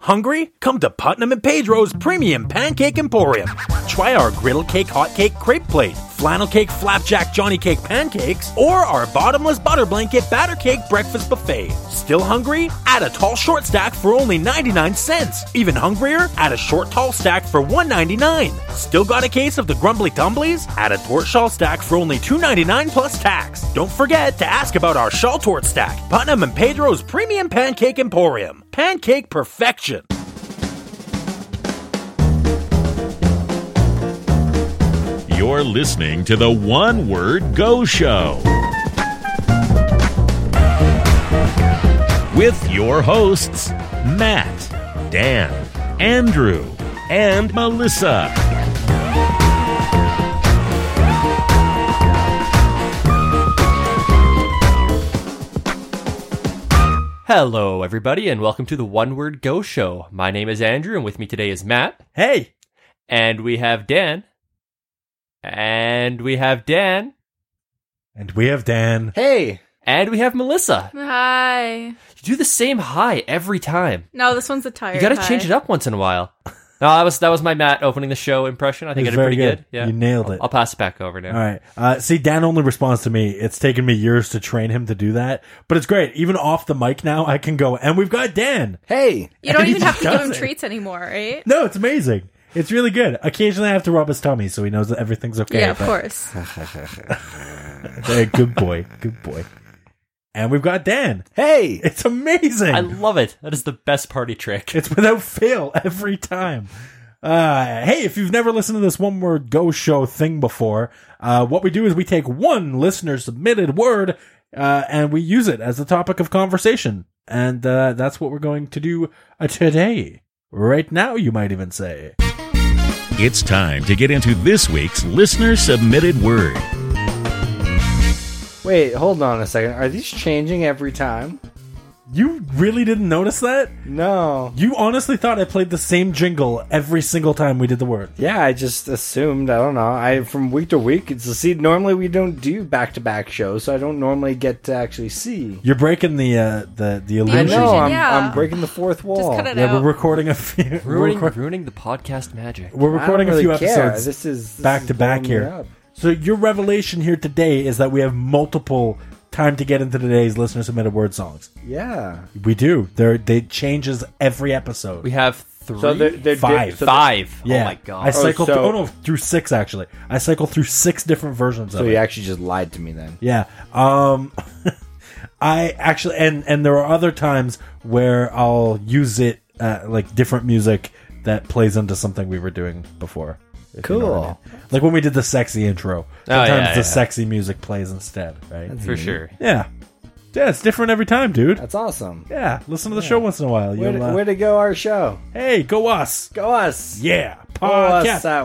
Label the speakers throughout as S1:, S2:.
S1: Hungry? Come to Putnam and Pedro's Premium Pancake Emporium. Try our griddle cake, hot cake, crepe plate, flannel cake, flapjack, Johnny cake pancakes, or our bottomless butter blanket batter cake breakfast buffet. Still hungry? Add a tall short stack for only 99 cents. Even hungrier? Add a short tall stack for 199. Still got a case of the grumbly tumblies? Add a tort shawl stack for only 299 plus tax. Don't forget to ask about our shawl tort stack, Putnam and Pedro's Premium Pancake Emporium. Pancake perfection.
S2: You're listening to the One Word Go Show with your hosts, Matt, Dan, Andrew, and Melissa.
S3: Hello, everybody, and welcome to the One Word Go Show. My name is Andrew, and with me today is Matt. Hey! And we have Dan. And we have Dan.
S1: And we have Dan.
S4: Hey,
S3: And we have Melissa.
S5: Hi.
S3: You do the same hi every time.
S5: No, this one's a tired.
S3: You gotta change it up once in a while. No, that was that was my Matt opening the show impression. I think I
S4: It was
S3: did pretty
S4: very
S3: good.
S4: good. You nailed it.
S3: I'll, I'll pass it back over now.
S4: all right. Uh, see, Dan only responds to me. It's taken me years to train him to do that, but it's great. Even off the mic now, I can go, and we've got Dan.
S6: Hey,
S5: You don't
S4: And he
S5: even have to give
S4: does
S5: him
S4: it.
S5: treats anymore, right?
S4: No, it's amazing. It's really good. Occasionally, I have to rub his tummy so he knows that everything's okay.
S5: yeah, of
S4: but-
S5: course.
S4: Hey, good boy. Good boy. And we've got Dan.
S6: hey,
S4: It's amazing.
S3: I love it. That is the best party trick.
S4: It's without fail every time. Uh, hey, if you've never listened to this one word go show thing before, uh, what we do is we take one listener submitted word uh, and we use it as the topic of conversation. And uh, that's what we're going to do uh, today. Right now, you might even say.
S2: It's time to get into this week's listener submitted word.
S6: wait, hold on a second. Are these changing every time?
S4: You really didn't notice that?
S6: No.
S4: You honestly thought I played the same jingle every single time we did the word.
S6: Yeah, I just assumed. I don't know. I from week to week. It's see. Normally we don't do back to back shows, so I don't normally get to actually see.
S4: You're breaking the uh, the the
S6: I
S4: illusion.
S6: know. I'm,
S5: yeah.
S6: I'm breaking the fourth wall.
S5: cut it
S4: Yeah,
S5: out.
S4: we're recording a few. we're
S3: Ruining,
S4: recor-
S3: ruining the podcast magic.
S4: We're
S6: I don't
S4: recording a
S6: really
S4: few
S6: care.
S4: episodes
S6: This is this
S4: back
S6: is
S4: to back
S6: blowing me
S4: here.
S6: up.
S4: So your revelation here today is that we have multiple time to get into today's listener submitted word songs.
S6: Yeah.
S4: We do. There they changes every episode.
S3: We have three,
S6: So they're, they're
S4: Five.
S6: So,
S3: five.
S4: yeah.
S3: Oh my god!
S4: I cycle
S6: so-
S4: through, oh no, through six actually. I cycle through six different versions
S6: so
S4: of
S6: you
S4: it.
S6: actually just lied to me then.
S4: Yeah. Um I actually and and there are other times where I'll use it uh, like different music that plays into something we were doing before. if you know what I
S6: Cool.
S4: mean. Like when we did the sexy intro.
S3: yeah,
S4: Sometimes the
S3: Oh, yeah.
S4: sexy music plays instead, right?
S3: for sure.
S4: Yeah. Yeah, it's different every time, dude.
S6: That's awesome.
S4: Yeah, listen to the show once in a while.
S6: Way
S4: You'll,
S6: to,
S4: uh,
S6: way to go, our show.
S4: hey, go us.
S6: Go us.
S4: Yeah.
S6: Follow us
S4: Podcast.
S6: uh, at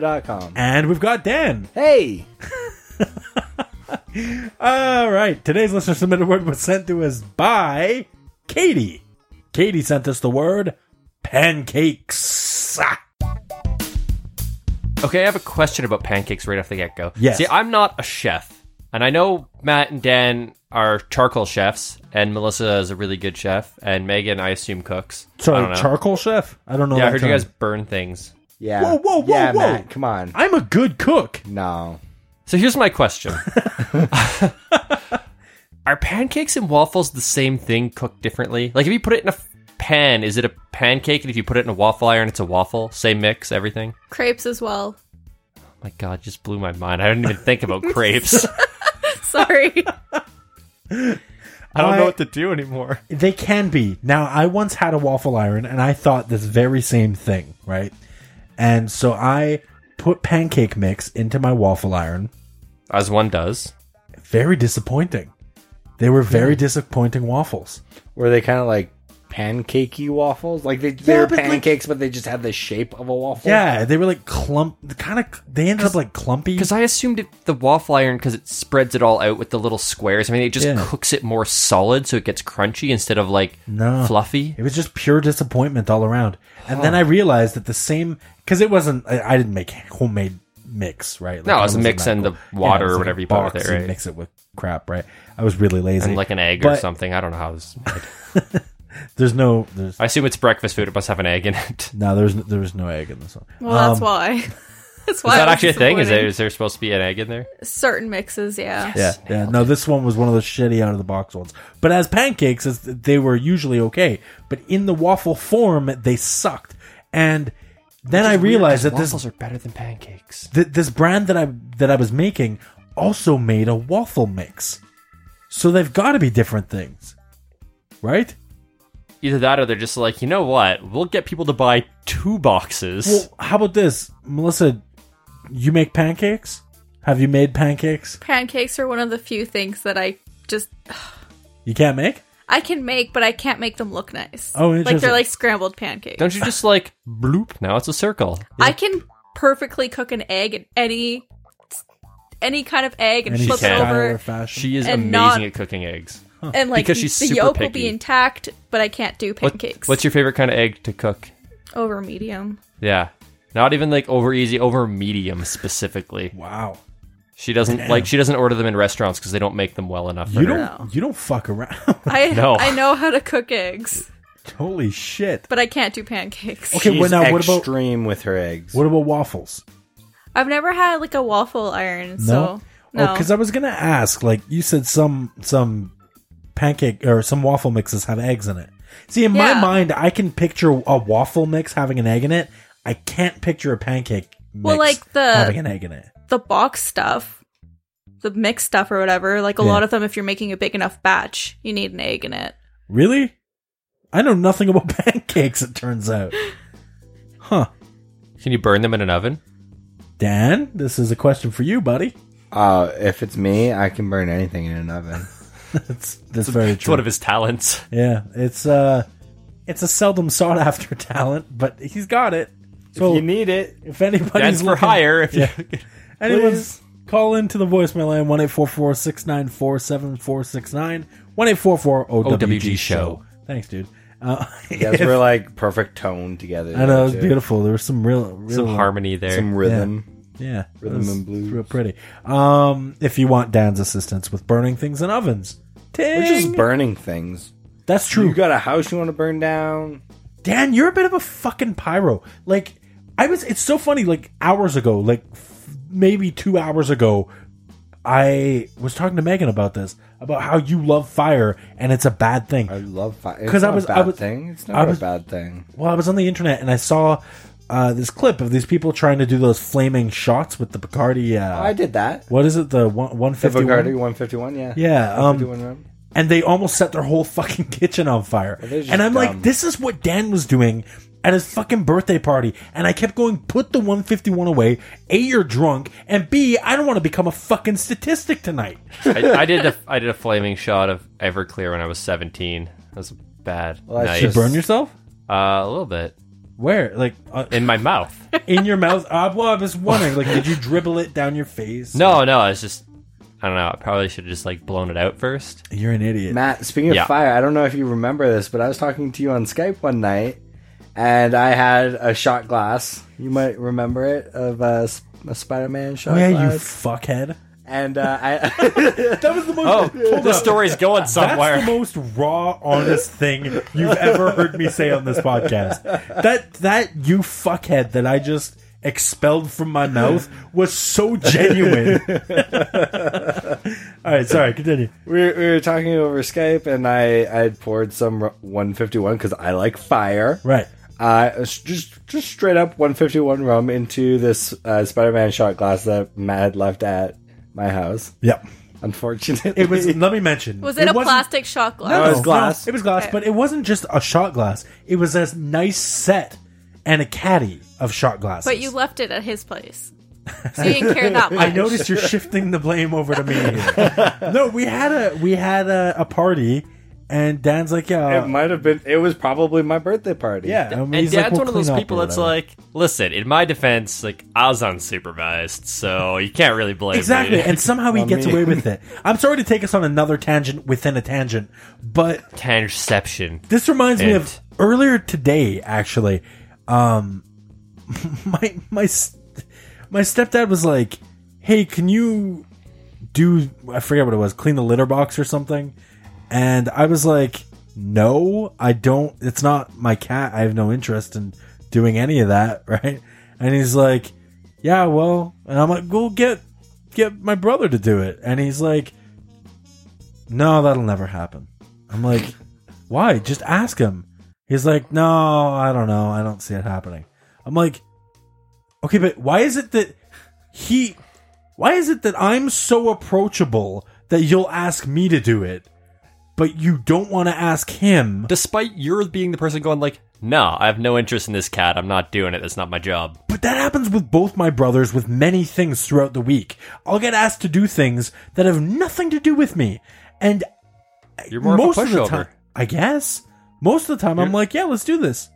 S6: onewordgoshow.com.
S4: And we've got Dan.
S6: Hey!
S4: All right. Today's listener submitted word was sent to us by Katie. Katie sent us the word pancakes. Ah.
S3: Okay, I have a question about pancakes right off the get go.
S4: Yes.
S3: See, I'm not a chef, and I know Matt and Dan are charcoal chefs, and Melissa is a really good chef, and Megan, I assume, cooks.
S4: So
S3: I don't know.
S4: charcoal chef? I don't know.
S3: Yeah,
S4: that
S3: I heard
S4: term.
S3: you guys burn things.
S6: Yeah.
S4: Whoa, whoa, whoa,
S6: yeah,
S4: whoa.
S6: Matt, come on.
S4: I'm a good cook.
S6: No.
S3: So here's my question: Are pancakes and waffles the same thing, cooked differently? Like, if you put it in a f- pan, is it a pancake? And if you put it in a waffle iron, it's a waffle. Same mix, everything. Oh
S5: Crepes as well.
S3: My God, just blew my mind. I didn't even think about crepes.
S5: Sorry.
S3: I don't
S4: I-
S3: know what to do anymore.
S4: They can be. Now, I once had a waffle iron and I thought this very same thing, right? And so I put pancake mix into my waffle iron.
S3: As one does.
S4: Very disappointing. They were very
S3: Hmm.
S4: disappointing waffles.
S6: Were they kind of like pancakey waffles? Like they, they
S4: Yeah,
S6: were
S4: but, like-
S6: pancakes, but they just had the shape of a
S3: Oh.
S6: waffle?
S4: Yeah, they were like clump. Kind of. They ended up like clumpy.
S3: Because I assumed it, the waffle iron, because it spreads it all out with the little squares. I mean, it just
S4: Yeah.
S3: cooks it more solid, so it gets crunchy instead of like
S4: No.
S3: fluffy.
S4: It was just pure disappointment all around. And then I realized that the same because it wasn't. I, I didn't make homemade mix, right? Like,
S3: No, it
S4: I
S3: was a
S4: wasn't
S3: mix
S4: that
S3: and the
S4: cool.
S3: water
S4: it was
S3: or
S4: like
S3: whatever
S4: a
S3: you put with
S4: box
S3: it,
S4: and
S3: right?
S4: Mix it with crap, right? I was really lazy
S3: And like an egg or
S4: But-
S3: something. I don't know how. It was,
S4: There's no there's
S3: I assume it's breakfast food. It must have an egg in it. Is
S4: no there's there was no egg in this one.
S5: Well, that's
S4: Um,
S5: why. That's why.
S3: that
S5: I was
S3: actually a thing? Is there,
S5: disappointed.
S3: is there supposed to be an egg in there?
S5: certain mixes? Yeah.
S4: Yeah, yeah. No, this one was one of the shitty out of the box ones. But as pancakes, it's- they were usually okay. But in the waffle form, they sucked. And then I realized that this
S3: waffles are better than pancakes.
S4: th- this brand that I that I was making also made a waffle mix. So they've got to be different things, right?
S3: Either that, or they're just like, you know what? We'll get people to buy two boxes.
S4: Well, how about this, Melissa? You make pancakes? Have you made pancakes?
S5: Pancakes are one of the few things that I just
S4: You can't make.
S5: I can make, but I can't make them look nice.
S4: Oh,
S5: like
S4: interesting.
S5: they're like scrambled pancakes.
S3: Don't you just like bloop? Now it's a circle.
S5: I can perfectly cook an egg in any any kind of egg and
S4: Any
S5: flip it
S3: can.
S4: style or
S5: over,
S4: fashion?
S3: She is
S5: And
S3: amazing
S5: not-
S3: at cooking eggs.
S5: and like
S3: Because she's
S5: the
S3: super
S5: yolk will
S3: picky.
S5: be intact, but I can't do
S3: What-
S5: pancakes.
S3: what's your favorite kind of egg to cook?
S5: over medium?
S3: Yeah. Not even like over easy, over medium specifically.
S4: wow.
S3: She doesn't like she doesn't order them in restaurants because they don't make them well enough. for
S4: You
S3: her.
S5: No.
S4: don't. You don't fuck around.
S5: I
S3: No.
S5: I know how to cook eggs,
S4: Holy shit.
S5: but I can't do pancakes.
S4: Okay,
S6: She's
S4: well, now what about-
S6: extreme with her eggs.
S4: What about waffles?
S5: I've never had like a waffle iron, so
S4: No?
S5: no.
S4: Oh, because I was gonna ask. Like you said, some some pancake or some waffle mixes have eggs in it. See, in my
S5: Yeah.
S4: mind, I can picture a waffle mix having an egg in it. I can't picture a pancake. Mix
S5: Well, like the-
S4: having an egg in it.
S5: the box stuff, the mixed stuff or whatever, like a
S4: Yeah.
S5: lot of them, if you're making a big enough batch, you need an egg in it.
S4: Really? I know nothing about pancakes. It turns out. Huh,
S3: Can you burn them in an oven?
S4: Dan? This is a question for you, buddy.
S6: Uh, if it's me, I can burn anything in an oven.
S4: That's that's very
S3: It's
S4: true.
S3: one of his talents.
S4: yeah, it's uh, it's a seldom sought after talent, but he's got it. So
S6: if you need it,
S4: If anybody's
S3: Dance for
S4: looking-
S3: hire if
S4: Yeah.
S3: you
S4: Anyone's call into the voicemail line one eight four four six nine four seven four six nine one eight four four OWG
S3: OWG
S4: show.
S3: show.
S4: Thanks, dude. Uh,
S6: you guys were like perfect tone together.
S4: I know it was
S6: too.
S4: beautiful. There was some real, real
S3: some harmony there.
S6: Some rhythm.
S4: Yeah,
S6: Rhythm
S4: it was
S6: and blues.
S4: Real pretty. Um, if you want Dan's assistance with burning things in ovens,
S6: We're just
S4: Ting!
S6: burning things.
S4: that's
S6: You
S4: true.
S6: got a house you want to burn down?
S4: Dan, you're a bit of a fucking pyro. Like, I was, it's so funny, like, hours ago, like, f- maybe two hours ago, I was talking to Megan about this, about how you love fire and it's a bad thing.
S6: I love fire.
S4: 'Cause
S6: Because
S4: I
S6: I
S4: was-
S6: was a bad
S4: I was-
S6: thing. It's
S4: I
S6: not
S4: was-
S6: a bad thing.
S4: Well, I was on the internet and I saw uh, this clip of these people trying to do those flaming shots with the Bacardi. Uh,
S6: I did that.
S4: what is it? The one,
S6: The Bacardi
S4: 151?
S6: 151. Yeah.
S4: Yeah. Um,
S6: 151 rum.
S4: and they almost set their whole fucking kitchen on fire.
S6: they're just
S4: And I'm like,
S6: dumb.
S4: this is what Dan was doing at his fucking birthday party. And I kept going, put the 151 away. A, you're drunk. And B, I don't want to become a fucking statistic tonight.
S3: I, I did a I did a flaming shot of Everclear when I was seventeen. That was a bad
S6: Well, that's
S3: night.
S6: just-
S4: Burn yourself?
S3: Uh, a little bit
S4: Where? Like, uh,
S3: in my mouth.
S4: in your mouth? Uh, well, I was wondering, like, did you dribble it down your face?
S3: No, no, it's just I don't know. I probably should have just like blown it out first.
S4: You're an idiot.
S6: Matt, speaking of
S3: Yeah.
S6: fire, I don't know if you remember this, but I was talking to you on Skype one night, and I had a shot glass. You might remember it of uh, s- a Spider-Man shot
S4: oh, yeah, you
S6: glass.
S4: fuckhead.
S6: and uh, I.
S4: That was the most.
S3: Oh, the story's going somewhere.
S4: That's the most raw, honest thing you've ever heard me say on this podcast. That that you fuckhead that I just expelled from my mouth was so genuine. All right, sorry, continue.
S6: we, were- we were talking over Skype, and I I had poured some r- 151 because I like fire.
S4: Right.
S6: Uh, it's just just straight up 151 rum into this uh, Spider-Man shot glass that Matt had left at my house.
S4: Yep.
S6: Unfortunately,
S4: It was. Let me mention.
S5: Was it, a
S4: wasn't-
S5: plastic shot glass?
S6: No, Oh, it was glass.
S4: it was glass,
S5: Okay.
S4: but it wasn't just a shot glass. It was a nice set and a caddy of shot glasses.
S5: But you left it at his place, so you didn't care that much.
S4: I noticed you're shifting the blame over to me. here. no, we had a we had a, a party, and Dan's like, yeah,
S6: It might have been. It was probably my birthday party.
S4: yeah.
S3: And
S4: he's
S3: Dad's
S4: like, we'll
S3: one of those
S4: clean up
S3: people
S4: or
S3: that's
S4: whatever.
S3: like, listen, in my defense, like I was unsupervised, so you can't really blame
S4: exactly,
S3: me.
S4: and somehow he gets
S6: mean-
S4: away with it. I'm sorry to take us on another tangent within a tangent, but
S3: Tangerception.
S4: This reminds me of
S3: It.
S4: earlier today, actually. Um, my my s- my stepdad was like, "Hey, can you do? I forget what it was. Clean the litter box or something." And I was like, no, I don't. It's not my cat. I have no interest in doing any of that, right? And he's like, yeah, well, and I'm like, go get get my brother to do it, and he's like, no, that'll never happen. I'm like, why? Just ask him. He's like, no, I don't know. I don't see it happening. I'm like, okay, but why is it that he? Why is it that I'm so approachable that you'll ask me to do it, but you don't want to ask him?
S3: Despite you're being the person going like, "No, I have no interest in this cat. I'm not doing it. That's not my job."
S4: But that happens with both my brothers with many things throughout the week. I'll get asked to do things that have nothing to do with me. And
S3: You're more
S4: most
S3: of a pushover.
S4: the time, I guess. Most of the time, I'm like, yeah, let's do this.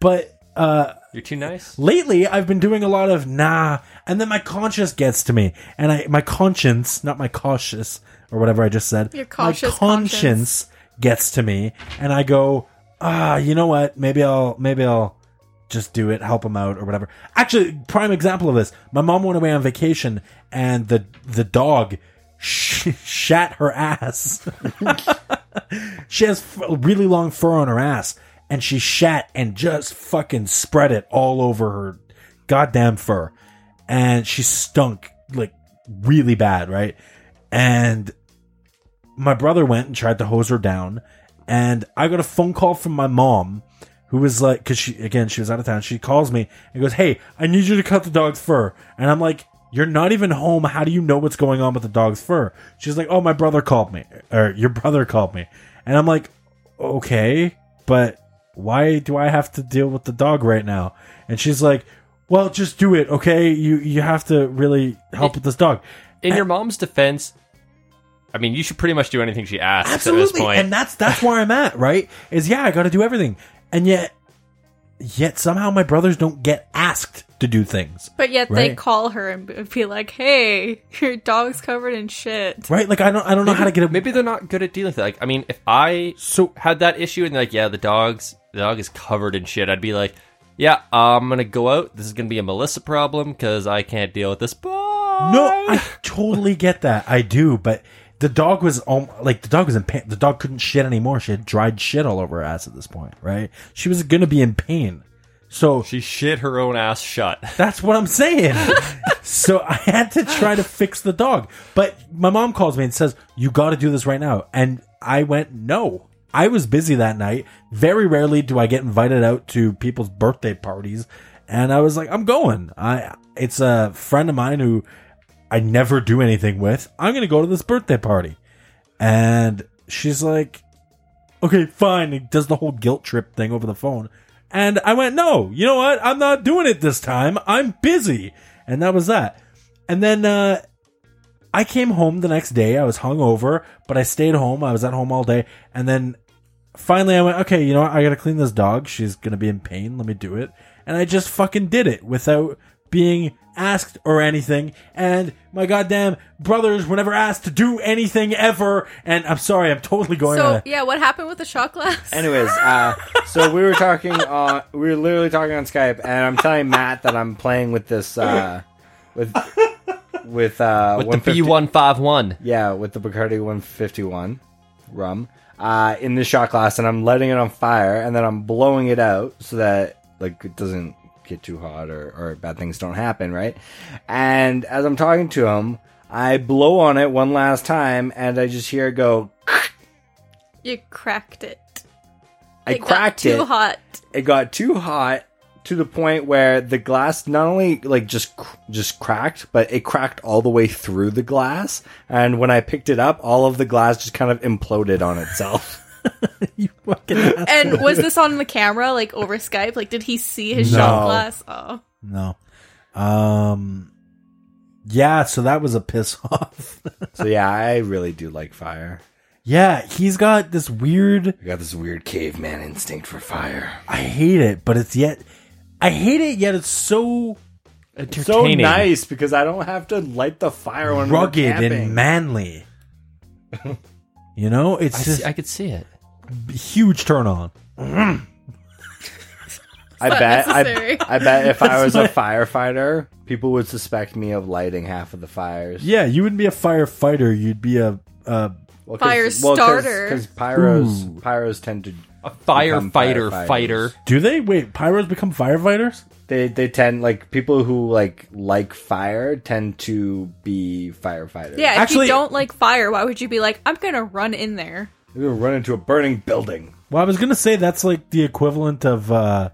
S4: But uh,
S3: You're too nice.
S4: lately, I've been doing a lot of nah, and then my conscience gets to me, and I my conscience, not my cautious or whatever I just said,
S5: Your cautious
S4: my conscience gets to me, and I go, ah, you know what? Maybe I'll maybe I'll just do it, help him out or whatever. Actually, prime example of this. My mom went away on vacation and the the dog sh- shat her ass. she has f- really long fur on her ass and she shat and just fucking spread it all over her goddamn fur. And she stunk like really bad, right? And my brother went and tried to hose her down and i got a phone call from my mom who was like because she again she was out of town she calls me and goes hey i need you to cut the dog's fur and i'm like you're not even home how do you know what's going on with the dog's fur she's like oh my brother called me or your brother called me and i'm like okay but why do i have to deal with the dog right now and she's like well just do it okay you you have to really help with this dog
S3: In your mom's defense, I mean, you should pretty much do anything she asks at this
S4: absolutely
S3: point.
S4: and that's that's where i'm at right is yeah i gotta do everything and yet yet somehow my brothers don't get asked to do things
S5: But yet they
S4: Right.
S5: call her and b- be like, "Hey, your dog's covered in shit."
S4: right like i don't i don't know how to get a
S3: Maybe they're not good at dealing with it. Like, I mean, if I
S4: so
S3: had that issue and like, yeah, the dog's the dog is covered in shit, I'd be like, yeah, I'm gonna go out. This is gonna be a Melissa problem because I can't deal with this. Bye.
S4: no i totally get that i do but the dog was um, like the dog was in pain the dog couldn't shit anymore she had dried shit all over her ass at this point right she was gonna be in pain so
S3: she shit her own ass shut.
S4: That's what I'm saying. so I had to try to fix the dog. But my mom calls me and says, You got to do this right now. And I went, No. I was busy that night. Very rarely do I get invited out to people's birthday parties. And I was like, I'm going. I It's a friend of mine who I never do anything with. I'm going to go to this birthday party. And she's like, okay, fine. It does the whole guilt trip thing over the phone. And I went, no, you know what? I'm not doing it this time. I'm busy. And that was that. And then, uh, I came home the next day. I was hungover, but I stayed home. I was at home all day. And then finally I went, okay, you know what? I gotta clean this dog. She's gonna be in pain. Let me do it. And I just fucking did it without being asked or anything. And my goddamn brothers were never asked to do anything ever. And I'm sorry, I'm totally going on
S5: So
S4: a-
S5: yeah, what happened with the shot glass?
S6: Anyways, uh, so we were talking on, we were literally talking on Skype, and I'm telling Matt that I'm playing with this, uh, with, with, uh,
S3: With the
S6: 150
S3: B one five one.
S6: Yeah, with the Bacardi 151 rum uh, in the shot glass, and I'm letting it on fire, and then I'm blowing it out so that like it doesn't get too hot or, or bad things don't happen, right? And as I'm talking to him, I blow on it one last time, and I just hear it go.
S5: you cracked it.
S6: I
S5: It got
S6: cracked
S5: too
S6: it.
S5: hot.
S6: It got too hot to the point where the glass not only like just cr- just cracked, but it cracked all the way through the glass. And when I picked it up, all of the glass just kind of imploded on itself.
S4: You fucking ass-
S5: And was this on the camera, like over Skype? Like, did he see his
S4: No.
S5: shot glass? Oh,
S4: No. Um. Yeah, so that was a piss off.
S6: So yeah, I really do like fire.
S4: yeah, he's got this weird.
S6: I got this weird caveman instinct for fire.
S4: I hate it, but it's yet. I hate it, yet it's so
S6: So
S3: Entertaining.
S6: nice because I don't have to light the fire when we're
S4: rugged
S6: camping.
S4: and manly. you know, it's
S3: I,
S4: just
S3: see, I could see it.
S4: a huge turn on.
S6: I
S5: not
S6: bet I,
S5: necessary.
S6: I bet if I was a firefighter, people would suspect me of lighting half of the fires.
S4: Yeah, you wouldn't be a firefighter. You'd be a, a
S6: Well,
S5: Fire starter.
S6: Because pyros, pyros tend to
S3: A firefighter
S6: Become firefighters.
S3: fighter.
S4: Do they? Wait, pyros become firefighters?
S6: they they tend like people who like like fire tend to be firefighters.
S5: Yeah, if
S4: Actually-
S5: you don't like fire, why would you be like, I'm gonna run in there?
S6: They're gonna run into a burning building.
S4: Well, I was gonna say that's like the equivalent of. uh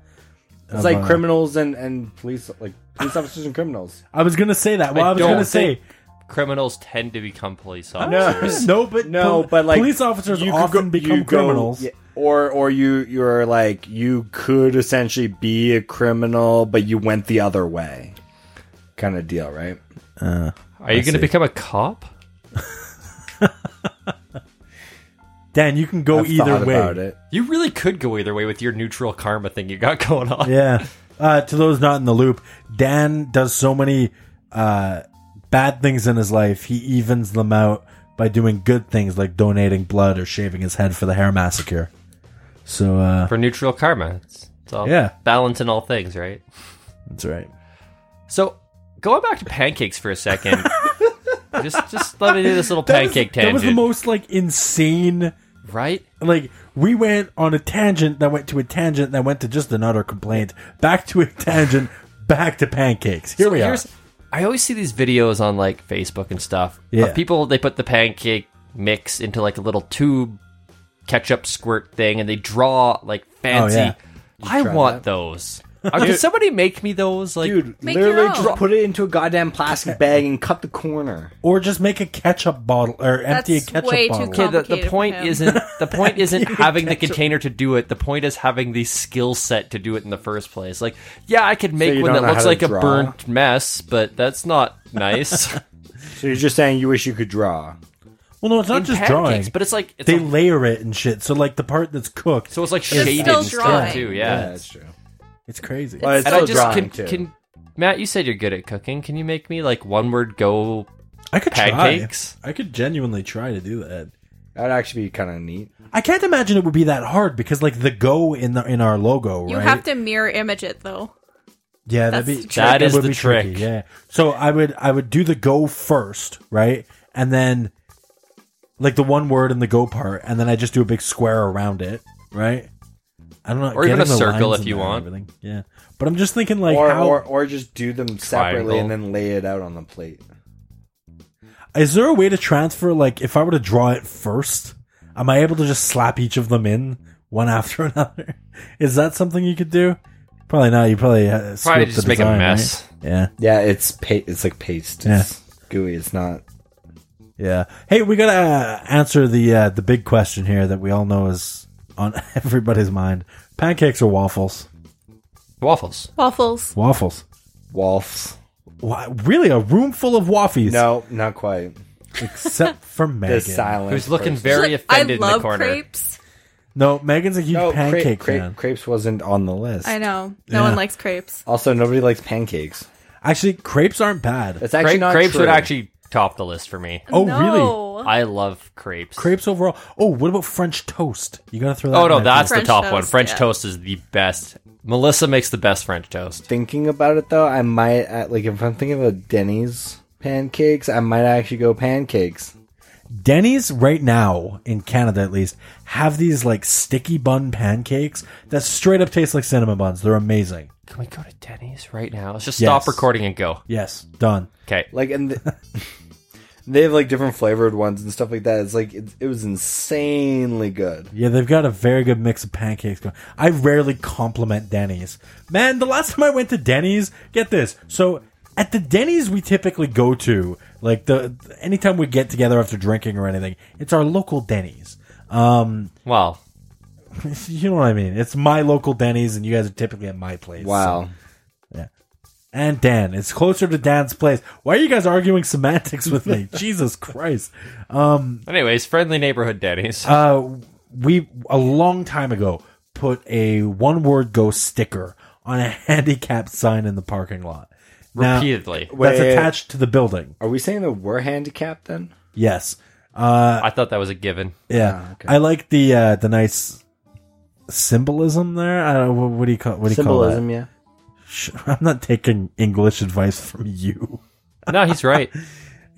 S6: It's like criminals and and police like police officers and criminals.
S4: I was gonna say that. Well, I, was
S3: don't
S4: gonna say
S3: think Criminals tend to become police officers.
S4: no, but
S6: No,
S4: pol-
S6: but like
S4: police officers
S6: you could
S4: often
S6: go-
S4: become
S6: you go-
S4: criminals.
S6: yeah, or or you you're like you could essentially be a criminal, but you went the other way, kind of deal, right?
S3: Are you going to become a cop?
S4: Dan, you can go
S6: I've
S4: either
S6: thought
S4: way.
S6: about it.
S3: You really could go either way with your neutral karma thing you got going on.
S4: Yeah. Uh, to those not in the loop, Dan does so many uh, bad things in his life. He evens them out by doing good things like donating blood or shaving his head for the hair massacre. So uh,
S3: For neutral karma. It's, it's all
S4: Yeah.
S3: balance in all things, right?
S4: that's right.
S3: So going back to pancakes for a second. just just let me do this little pancake
S4: That was the
S3: tangent.
S4: most like insane.
S3: right?
S4: Like we went on a tangent that went to a tangent that went to just another complaint, back to a tangent, back to pancakes. Here
S3: So
S4: we are.
S3: here's- I always see these videos on like Facebook and stuff.
S4: Yeah.
S3: Of people they put the pancake mix into like a little tube ketchup squirt thing and they draw like fancy.
S4: Oh, yeah.
S3: I want those. Uh, Could somebody make me those? Like
S6: Dude,
S5: Make your
S6: literally
S5: own.
S6: just put it into a goddamn plastic bag and cut the corner.
S4: Or just make a ketchup bottle or empty a
S5: That's
S4: ketchup
S5: way too
S4: bottle.
S5: com-
S3: Okay, the, the
S5: complicated for
S3: point
S5: him.
S3: isn't the point isn't having the container to do it. The point is having the skill set to do it in the first place. Like, yeah, I could make
S6: you
S3: one that
S6: don't know how
S3: looks
S6: to
S3: like
S6: draw?
S3: a burnt mess, but that's not nice.
S6: So you're just saying you wish you could draw.
S4: well, no, it's not
S3: In
S4: just
S3: pancakes,
S4: drawing.
S3: but it's like it's
S4: they
S3: a-
S4: layer it and shit. So like the part that's cooked,
S3: so it's like
S5: still
S3: shaded and stuff
S5: drawing.
S3: too.
S6: Yeah,
S3: Yeah,
S6: that's true.
S4: it's crazy.
S6: But it's
S3: and
S6: still
S3: I just can,
S6: drawing too.
S3: can Matt, you said you're good at cooking. Can you make me like one word go?
S4: I could
S3: pancakes?
S4: try. I could genuinely try to do that.
S6: That'd actually be kind of neat.
S4: I can't imagine it would be that hard because like the go in the in our logo,
S5: You
S4: right?
S5: have to mirror image it though.
S4: yeah, that'd
S5: that's
S4: be
S5: the
S3: That trick. is
S4: would
S3: the
S4: be tricky,
S3: trick.
S4: Yeah. So I would I would do the go first, right, and then like the one word in the go part, and then I just do a big square around it, right? I don't know,
S3: Or even
S4: getting
S3: a
S4: the
S3: circle if
S4: lines in
S3: you
S4: there and
S3: want.
S4: everything. Yeah, but I'm just thinking like
S6: or,
S4: how
S6: or or just do them separately
S3: Triangle.
S6: and then lay it out on the plate.
S4: Is there a way to transfer? Like, if I were to draw it first, am I able to just slap each of them in one after another? Is that something you could do? Probably not. You probably uh, screw
S3: Probably
S4: up the
S3: just make a
S4: design,
S3: mess.
S4: right? Yeah,
S6: Yeah, it's pa- it's like paste. It's gooey. It's not.
S4: yeah. Hey, we gotta uh, answer the uh, the big question here that we all know is on everybody's mind: pancakes or waffles?
S3: Waffles.
S5: Waffles.
S4: Waffles.
S6: Wolfs.
S4: Why, really, a room full of waffies,
S6: No, not quite.
S4: except for
S6: The
S4: Megan.
S6: silence.
S3: Who's looking
S6: person.
S3: very
S5: Look,
S3: offended
S5: I love
S3: in the corner?
S5: crepes.
S4: No, Megan's a huge
S6: No, cra-
S4: pancake
S6: cra-
S4: fan.
S6: crepes wasn't on the list.
S5: I know. No
S4: Yeah.
S5: one likes crepes.
S6: Also, nobody likes pancakes.
S4: Actually, crepes aren't bad.
S6: That's actually
S3: Cra-
S6: not
S3: crepes
S6: true.
S3: would actually top the list for me.
S4: Oh,
S5: no.
S3: I love crepes.
S4: Crepes overall. Oh, what about French toast? You gotta throw that.
S3: Oh
S4: in
S3: no,
S4: there,
S3: that's
S5: French
S3: the top one.
S5: toast,
S3: French
S5: yeah.
S3: toast is the best. Melissa makes the best French toast.
S6: Thinking about it though, I might uh, like if I'm thinking about Denny's pancakes, I might actually go pancakes.
S4: too. Denny's right now in Canada, at least, have these like sticky bun pancakes that straight up taste like cinnamon buns. They're amazing.
S3: Can we go to Denny's right now? Let's just
S4: Yes.
S3: stop recording and go.
S4: Yes, done.
S3: Okay.
S6: Like and th- they have like different flavored ones and stuff like that. It's like it, it was insanely good.
S4: Yeah, they've got a very good mix of pancakes going. I rarely compliment Denny's. Man, the last time I went to Denny's, get this. So at the Denny's we typically go to, like the anytime we get together after drinking or anything, it's our local Denny's.
S3: Well,
S4: You know what I mean? It's my local Denny's, and you guys are typically at my place.
S6: Wow.
S4: and Dan. It's closer to Dan's place. Why are you guys arguing semantics with me? Jesus Christ.
S3: anyways, friendly neighborhood Denny's.
S4: Uh, we, a long time ago, put a one word go sticker on a handicap sign in the parking lot. Now,
S3: Repeatedly.
S4: That's
S6: Wait.
S4: attached to the building.
S6: Are we saying that we're handicapped then?
S4: Yes.
S3: I thought that was a given.
S4: Yeah.
S6: Ah,
S4: I like the, uh, the nice symbolism there. I don't, what, what do you call, what do you
S6: Symbolism, yeah.
S4: call that? I'm not taking English advice from you.
S3: No, he's right.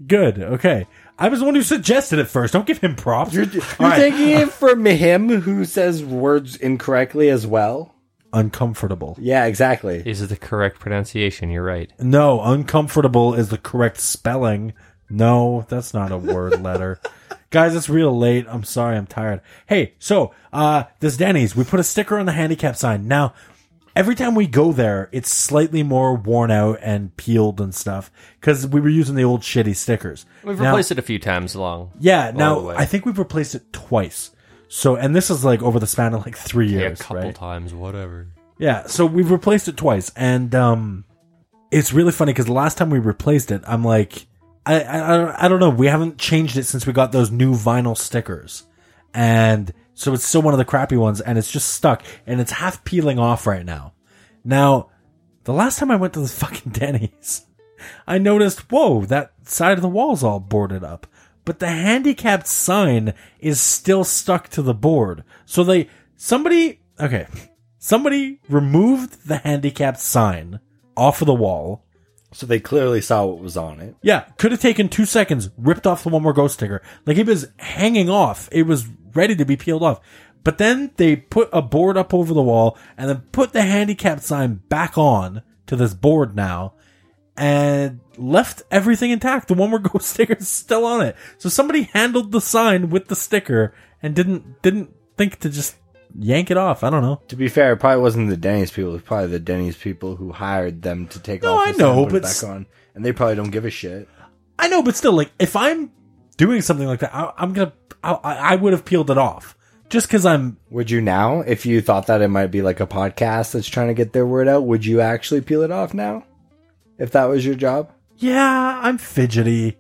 S4: Good. Okay. I was the one who suggested it first. Don't give him props.
S6: You're, you're
S4: All right.
S6: taking it from him who says words incorrectly as well?
S4: uncomfortable.
S6: Yeah, exactly.
S3: Is it the correct pronunciation? You're right.
S4: No, uncomfortable is the correct spelling. No, that's not a word letter. Guys, it's real late. I'm sorry, I'm tired. Hey, so uh this Denny's, we put a sticker on the handicap sign. Now, every time we go there, it's slightly more worn out and peeled and stuff because we were using the old shitty stickers.
S3: We've
S4: Now-
S3: replaced it a few times along.
S4: Yeah,
S3: the
S4: now
S3: way.
S4: I think we've replaced it twice. So, and this is like over the span of like three
S3: Yeah,
S4: years,
S3: a couple
S4: right?
S3: times, whatever.
S4: Yeah, so we've replaced it twice, and um, it's really funny because the last time we replaced it, I'm like, I, I I don't- I don't know, we haven't changed it since we got those new vinyl stickers, and so it's still one of the crappy ones, and it's just stuck, and it's half peeling off right now. Now, the last time I went to the fucking Denny's, I noticed, whoa, that side of the wall's all boarded up. But the handicapped sign is still stuck to the board. So they, somebody, okay, somebody removed the handicapped sign off of the wall.
S6: So they clearly saw what was on it.
S4: Yeah, could have taken two seconds, ripped off the one more ghost sticker. Like it was hanging off. It was ready to be peeled off. But then they put a board up over the wall and then put the handicapped sign back on to this board now and left everything intact. The one more ghost sticker is still on it. So somebody handled the sign with the sticker and didn't didn't think to just yank it off. I don't know.
S6: To be fair, it probably wasn't the Denny's people. It was probably the Denny's people who hired them to take
S4: No,
S6: off.
S4: I
S6: the sign and
S4: know,
S6: put it
S4: but s-
S6: back on, and they probably don't give a shit.
S4: I know, but still, like, if I'm doing something like that, I, I'm gonna, I, I I would have peeled it off just because I'm.
S6: Would you now, if you thought that it might be like a podcast that's trying to get their word out, would you actually peel it off now? If that was your job,
S4: Yeah, I'm fidgety.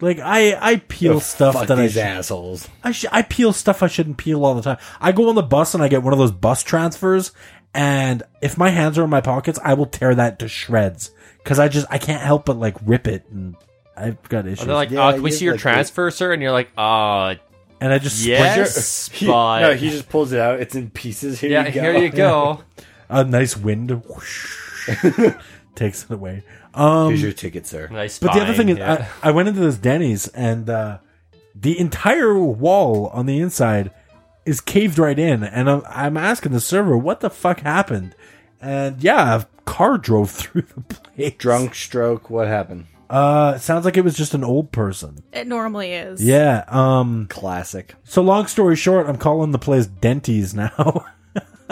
S4: Like I, I peel
S6: Oh,
S4: stuff
S6: fuck
S4: that I,
S6: these
S4: sh-
S6: assholes.
S4: I, sh- I peel stuff I shouldn't peel all the time. I go on the bus and I get one of those bus transfers, and if my hands are in my pockets, I will tear that to shreds because I just I can't help but like rip it, and I've got
S3: And
S4: issues.
S3: they're like,
S6: Yeah,
S3: oh, can we
S6: you-
S3: see your
S6: like,
S3: transfer, sir? And you're like, oh,
S4: and I just
S3: yes,
S6: He-
S3: but
S6: no, he just pulls it out. It's in pieces. Here
S3: yeah,
S6: you go.
S3: here you go.
S4: a nice wind whoosh, takes it away. Um,
S6: Here's your ticket, sir.
S3: Nice.
S4: But the other
S3: spine,
S4: thing is,
S3: yeah.
S4: I, I went into this Denny's and uh, the entire wall on the inside is caved right in, and I'm, I'm asking the server, "What the fuck happened?" And yeah, a car drove through the place.
S6: Drunk stroke. What happened?
S4: Uh, it sounds like it was just an old person.
S5: It normally is.
S4: Yeah. Um.
S6: Classic.
S4: So long story short, I'm calling the place Denty's now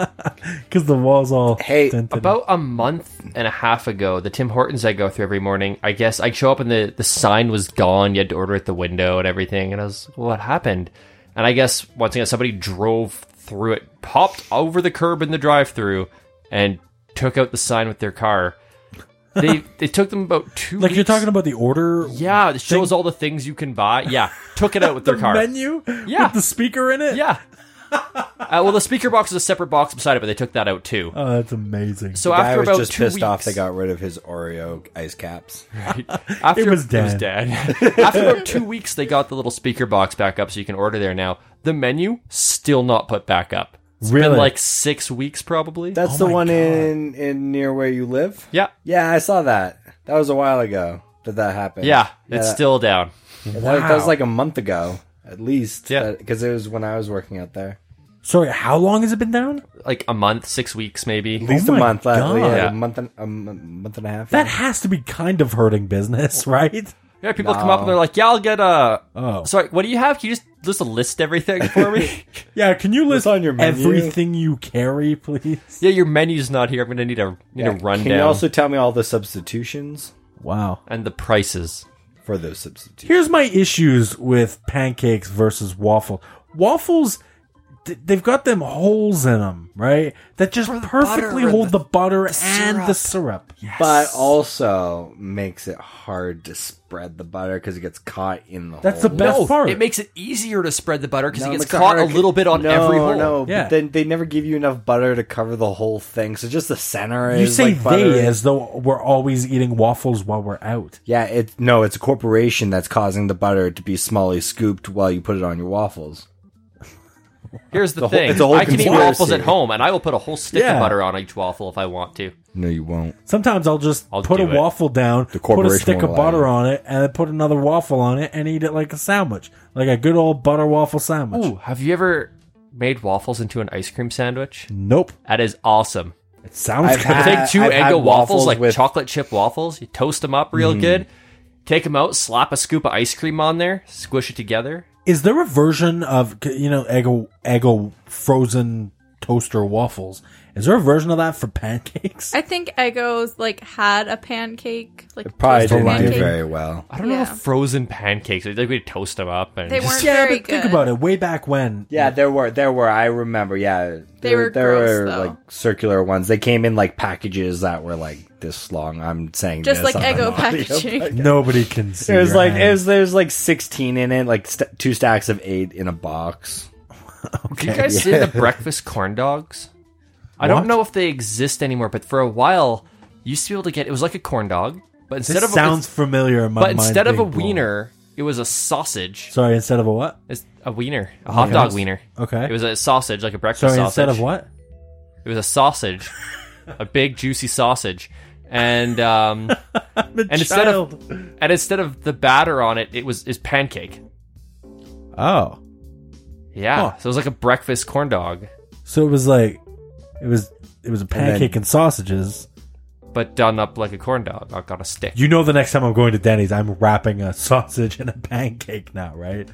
S4: because the wall's all
S6: Hey,
S4: dented.
S3: About a month and a half ago, the Tim Hortons I go through every morning, I guess I show up and the, the sign was gone. You had to order at the window and everything. And I was like, what happened? And I guess once again, somebody drove through it, popped over the curb in the drive through, and took out the sign with their car. They they took them about two
S4: like you're
S3: weeks-
S4: talking about the order.
S3: Yeah, it shows all the things you can buy. Yeah, took it out with their
S4: The
S3: car.
S4: menu
S3: Yeah.
S4: with the speaker in it.
S3: Yeah. Uh, well, the speaker box is a separate box beside it, but they took that out too.
S4: Oh, that's amazing.
S3: So
S6: I
S3: after
S6: was
S3: about
S6: just
S3: two
S6: pissed
S3: weeks,
S6: off they got rid of his Oreo ice caps.
S3: After
S4: It was
S3: dead. After about two weeks, they got the little speaker box back up, so you can order there now. The menu still not put back up. It's
S4: Really?
S3: been like six weeks, probably.
S6: That's
S4: Oh
S6: the
S4: my
S6: one
S4: God.
S6: in in near where you live.
S3: yeah,
S6: Yeah, I saw that. That was a while ago that that happened.
S3: yeah, it's
S6: that-
S3: still down.
S6: that, that was like a month ago at least.
S3: Yeah.
S6: because it was when I was working out there.
S4: Sorry, how long has it been down?
S3: Like a month, six weeks, maybe.
S6: At least
S4: Oh
S6: a
S4: my
S6: month. like,
S4: God.
S6: yeah,
S3: Yeah.
S6: a month and a mon- month and a half.
S4: That has to be kind of hurting business, right?
S3: Yeah, people come up and they're like, "Yeah, I'll get a."
S4: Oh.
S3: Sorry, what do you have? Can you just just list everything for me?
S4: Yeah, can you list
S6: on your menu?
S4: everything you carry, please?
S3: yeah, your menu's not here. I'm gonna need a need
S6: Yeah.
S3: a rundown
S6: Can you also tell me all the substitutions
S4: Wow.
S3: and the prices.
S6: for those substitutions?
S4: Here's my issues with pancakes versus waffle. Waffles, th- they've got them holes in them, right? That just perfectly hold the, butter and the syrup.
S6: But also makes it hard to spread the butter because it gets caught in the
S4: That's the
S6: hole.
S4: best part.
S3: It makes it easier to spread the butter because
S6: No,
S3: it gets
S6: it's a
S3: caught a
S6: hurricane.
S3: little bit on
S6: no,
S3: every hole.
S6: No, but
S4: Yeah.
S6: then they never give you enough butter to cover the whole thing. So just the center
S4: you
S6: is
S4: say
S6: like butter.
S4: they as though we're always eating waffles while we're out.
S6: Yeah, it no, it's a corporation that's causing the butter to be smally scooped while you put it on your waffles.
S3: Here's the,
S6: The whole-
S3: thing:
S6: it's a whole
S3: I can eat
S6: conspiracy.
S3: waffles at home, and I will put a whole stick
S4: Yeah.
S3: of butter on each waffle if I want to.
S6: No, you won't.
S4: Sometimes I'll just
S3: I'll
S4: put a
S3: do it.
S4: waffle down, put a
S6: corporation
S4: stick
S6: won't
S4: of
S6: allow
S4: butter
S6: you.
S4: on it, and then put another waffle on it and eat it like a sandwich, like a good old butter waffle sandwich.
S3: Ooh, have you ever made waffles into an ice cream sandwich?
S4: Nope,
S3: That is awesome.
S4: it sounds
S6: I've
S4: good.
S6: had-
S3: Take two
S6: I've had
S3: Eggo waffles,
S6: waffles
S3: like
S6: with- Hmm.
S3: chocolate chip waffles. You toast them up real good. Take them out, slap a scoop of ice cream on there, squish it together.
S4: Is there a version of you know Eggo Eggo frozen toaster waffles? Is there a version of that for pancakes?
S5: I think Eggo's like had a pancake. Like
S6: It probably
S5: toasted
S6: didn't do
S5: pancake.
S6: very well.
S3: I don't know
S5: Yeah.
S3: if frozen pancakes. Like we toast them up and
S5: They
S3: just-
S5: weren't very good.
S4: think about it. Way back when,
S6: Yeah, there were there were. I remember. Yeah,
S5: They
S6: there,
S5: were
S6: there
S5: gross,
S6: were
S5: though.
S6: like circular ones. They came in like packages that were like this long. I'm saying
S5: Just
S6: this
S5: like
S6: on
S5: Eggo
S6: an audio
S5: packaging.
S6: podcast.
S4: nobody can see.
S6: It was
S4: your
S6: like
S4: hand.
S6: it was there's like 16 in it, like st- two stacks of eight in a box.
S3: Did you guys see the breakfast corn dogs? I
S4: What?
S3: don't know if they exist anymore, but for a while, you used to be able to get. It was like a corn dog, but
S4: This
S3: instead of
S4: sounds familiar. In my
S3: but
S4: mind's
S3: instead of a
S4: being blown.
S3: wiener, it was a sausage.
S4: Sorry, instead of a what?
S3: It's a wiener, a hot dog wiener.
S4: Okay.
S3: It was a sausage, like a breakfast
S4: Sorry,
S3: sausage.
S4: instead of what?
S3: It was a sausage, a big juicy sausage, and um,
S4: The
S3: and instead of and instead of the batter on it, it was is pancake.
S4: oh,
S3: Yeah,
S4: Huh.
S3: so it was like a breakfast corn dog,
S4: so it was like it was it was a
S6: then-
S4: pancake and, sausages.
S3: but done up like a corn dog. I got a stick.
S4: You know, the next time I'm going to Denny's, I'm wrapping a sausage and a pancake now, right?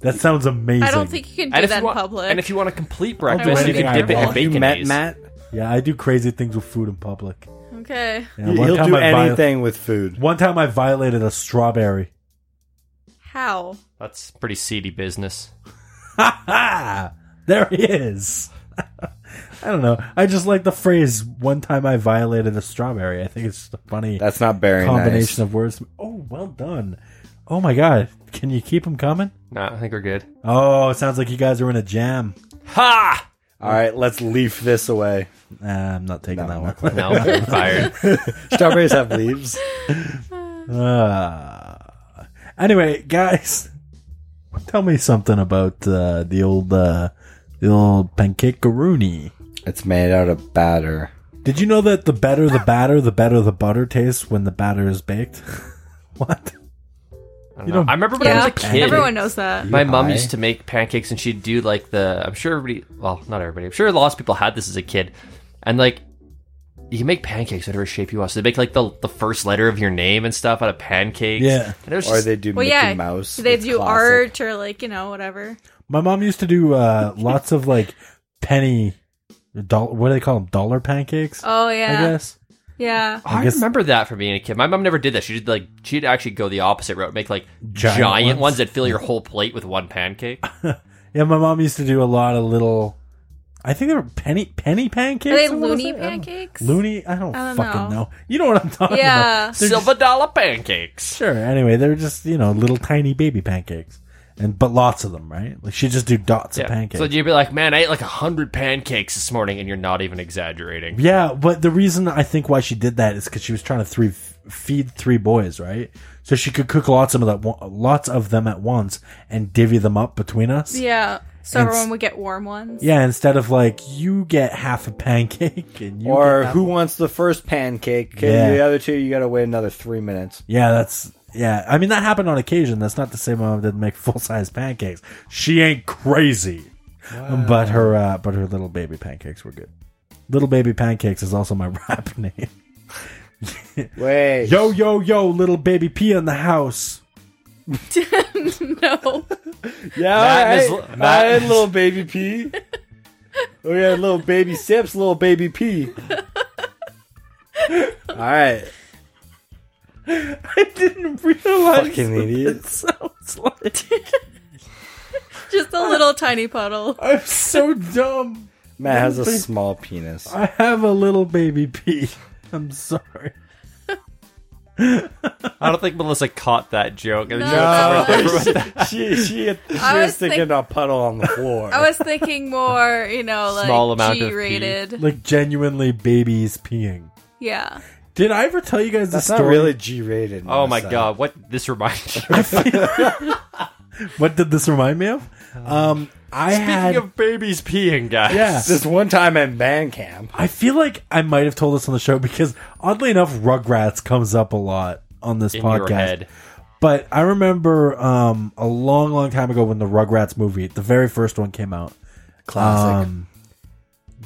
S4: That sounds amazing.
S5: I don't think you can do
S3: and if
S5: that
S3: you want,
S5: in public.
S3: and if you want a complete
S4: do
S3: breakfast, you
S4: anything
S3: can
S4: I
S3: dip it in
S4: want.
S3: bacon.
S6: you met
S3: Matt,
S6: Matt?
S4: Yeah, I do crazy things with food in public.
S5: okay.
S4: Yeah,
S6: You- He'll do
S4: I vi-
S6: anything with food.
S4: one time I violated a strawberry.
S5: How?
S3: That's pretty seedy business.
S4: Ha ha! There he is. I don't know. I just like the phrase "one time I violated a strawberry." I think it's just a funny
S6: That's not very
S4: combination of words. Oh, well done. Oh my god, can you keep them coming?
S3: Nah, I think we're good.
S4: Oh, it sounds like you guys are in a jam.
S3: Ha!
S6: nice. All right, let's leaf this away.
S4: Nah, I'm not taking
S6: No,
S4: that one.
S3: No, I'm fired.
S6: Strawberries have leaves.
S4: Uh, anyway, guys, tell me something about uh, the old uh, the old pancake
S6: It's made out of batter.
S4: Did you know that the better the batter, the better the butter tastes when the batter is baked? what?
S3: I, don't
S4: You
S3: know.
S4: don't-
S3: I remember when I was a kid.
S5: Everyone knows that.
S3: My mom
S6: Hi.
S3: used to make pancakes, and she'd do like the. I'm sure everybody. Well, not everybody. I'm sure lots of people had this as a kid, and like. You can make pancakes whatever shape you want. So they make like the the first letter of your name and stuff out of pancakes.
S4: Yeah.
S3: and it was
S6: Or
S3: just,
S6: they do
S5: Well,
S6: Mickey
S5: yeah.
S6: Mouse.
S5: They
S6: It's
S5: do
S6: classic.
S5: art or like you know whatever.
S4: My mom used to do uh, lots of like penny, dollar. What do they call them? Dollar pancakes?
S5: Oh yeah,
S4: I guess.
S5: yeah.
S3: I,
S4: guess-
S3: remember that from being a kid. My mom never did that. She did like she'd actually go the opposite route, make like
S4: Giant
S3: giant,
S4: ones.
S3: ones. that fill your whole plate with one pancake.
S4: Yeah, my mom used to do a lot of little. I think they were penny penny pancakes.
S5: Are they
S4: I wanna
S5: loony
S4: say? I don't-
S5: pancakes?
S4: Loony? I don't,
S5: I don't
S4: fucking know.
S5: know.
S4: You know what I'm talking
S5: Yeah.
S4: about? They're just-
S3: Silver dollar pancakes.
S4: sure. Anyway, they're just you know little tiny baby pancakes, and but lots of them, right? Like she just do dots of
S3: Yeah.
S4: pancakes.
S3: So you'd be like, man, I ate like a hundred pancakes this morning, and you're not even exaggerating.
S4: Yeah, but the reason I think why she did that is because she was trying to three feed three boys, right? So she could cook lots of them, at on- lots of them at once, and divvy them up between us.
S5: Yeah. So
S4: And s-
S5: everyone would get warm ones.
S4: Yeah, instead of like you get half a pancake and you
S6: Or
S4: get half-
S6: who wants the first pancake? Okay,
S4: Yeah.
S6: the other two, you got to wait another three minutes.
S4: Yeah, that's yeah. I mean that happened on occasion. That's not to say my mom didn't make full size pancakes. She ain't crazy. But her uh, but her little baby pancakes were good. Little baby pancakes is also my rap name.
S6: Wait.
S4: Yo yo yo, little baby P in the house.
S5: No.
S6: Yeah,
S3: Matt
S6: all
S3: is-
S6: right.
S3: Matt
S6: I had
S3: is-
S6: little baby P. we had little baby sips, little baby P. all right,
S4: I didn't realize
S6: fucking idiots.
S4: sounds like.
S5: Just a little tiny puddle.
S4: I'm so dumb.
S6: Matt has a small penis.
S4: I have a little baby pee. I'm sorry.
S3: I don't think Melissa caught that joke. And
S5: No.
S3: she was like, "Everyone-
S6: she she, had, she
S5: I
S6: was,
S5: was
S6: thinking
S5: think-
S6: a puddle on the floor.
S5: I was thinking more, you know, like
S3: Small amount of pee.
S5: G-rated.
S4: Like genuinely babies peeing.
S5: yeah.
S4: Did I ever tell you guys
S6: That's
S4: the
S6: not
S4: story?
S6: really G rated.
S3: Oh my god, what this reminds you.
S4: what did this remind me of? Um, I had.
S3: Uh, Speaking of babies peeing, guys.
S4: yeah.
S6: This one time at band camp.
S4: I feel like I might have told this on the show because oddly enough, Rugrats comes up a lot on this
S3: In
S4: podcast.
S3: your head.
S4: But I remember um, a long, long time ago when the Rugrats movie, the very first one, came out.
S6: Classic.
S4: Um,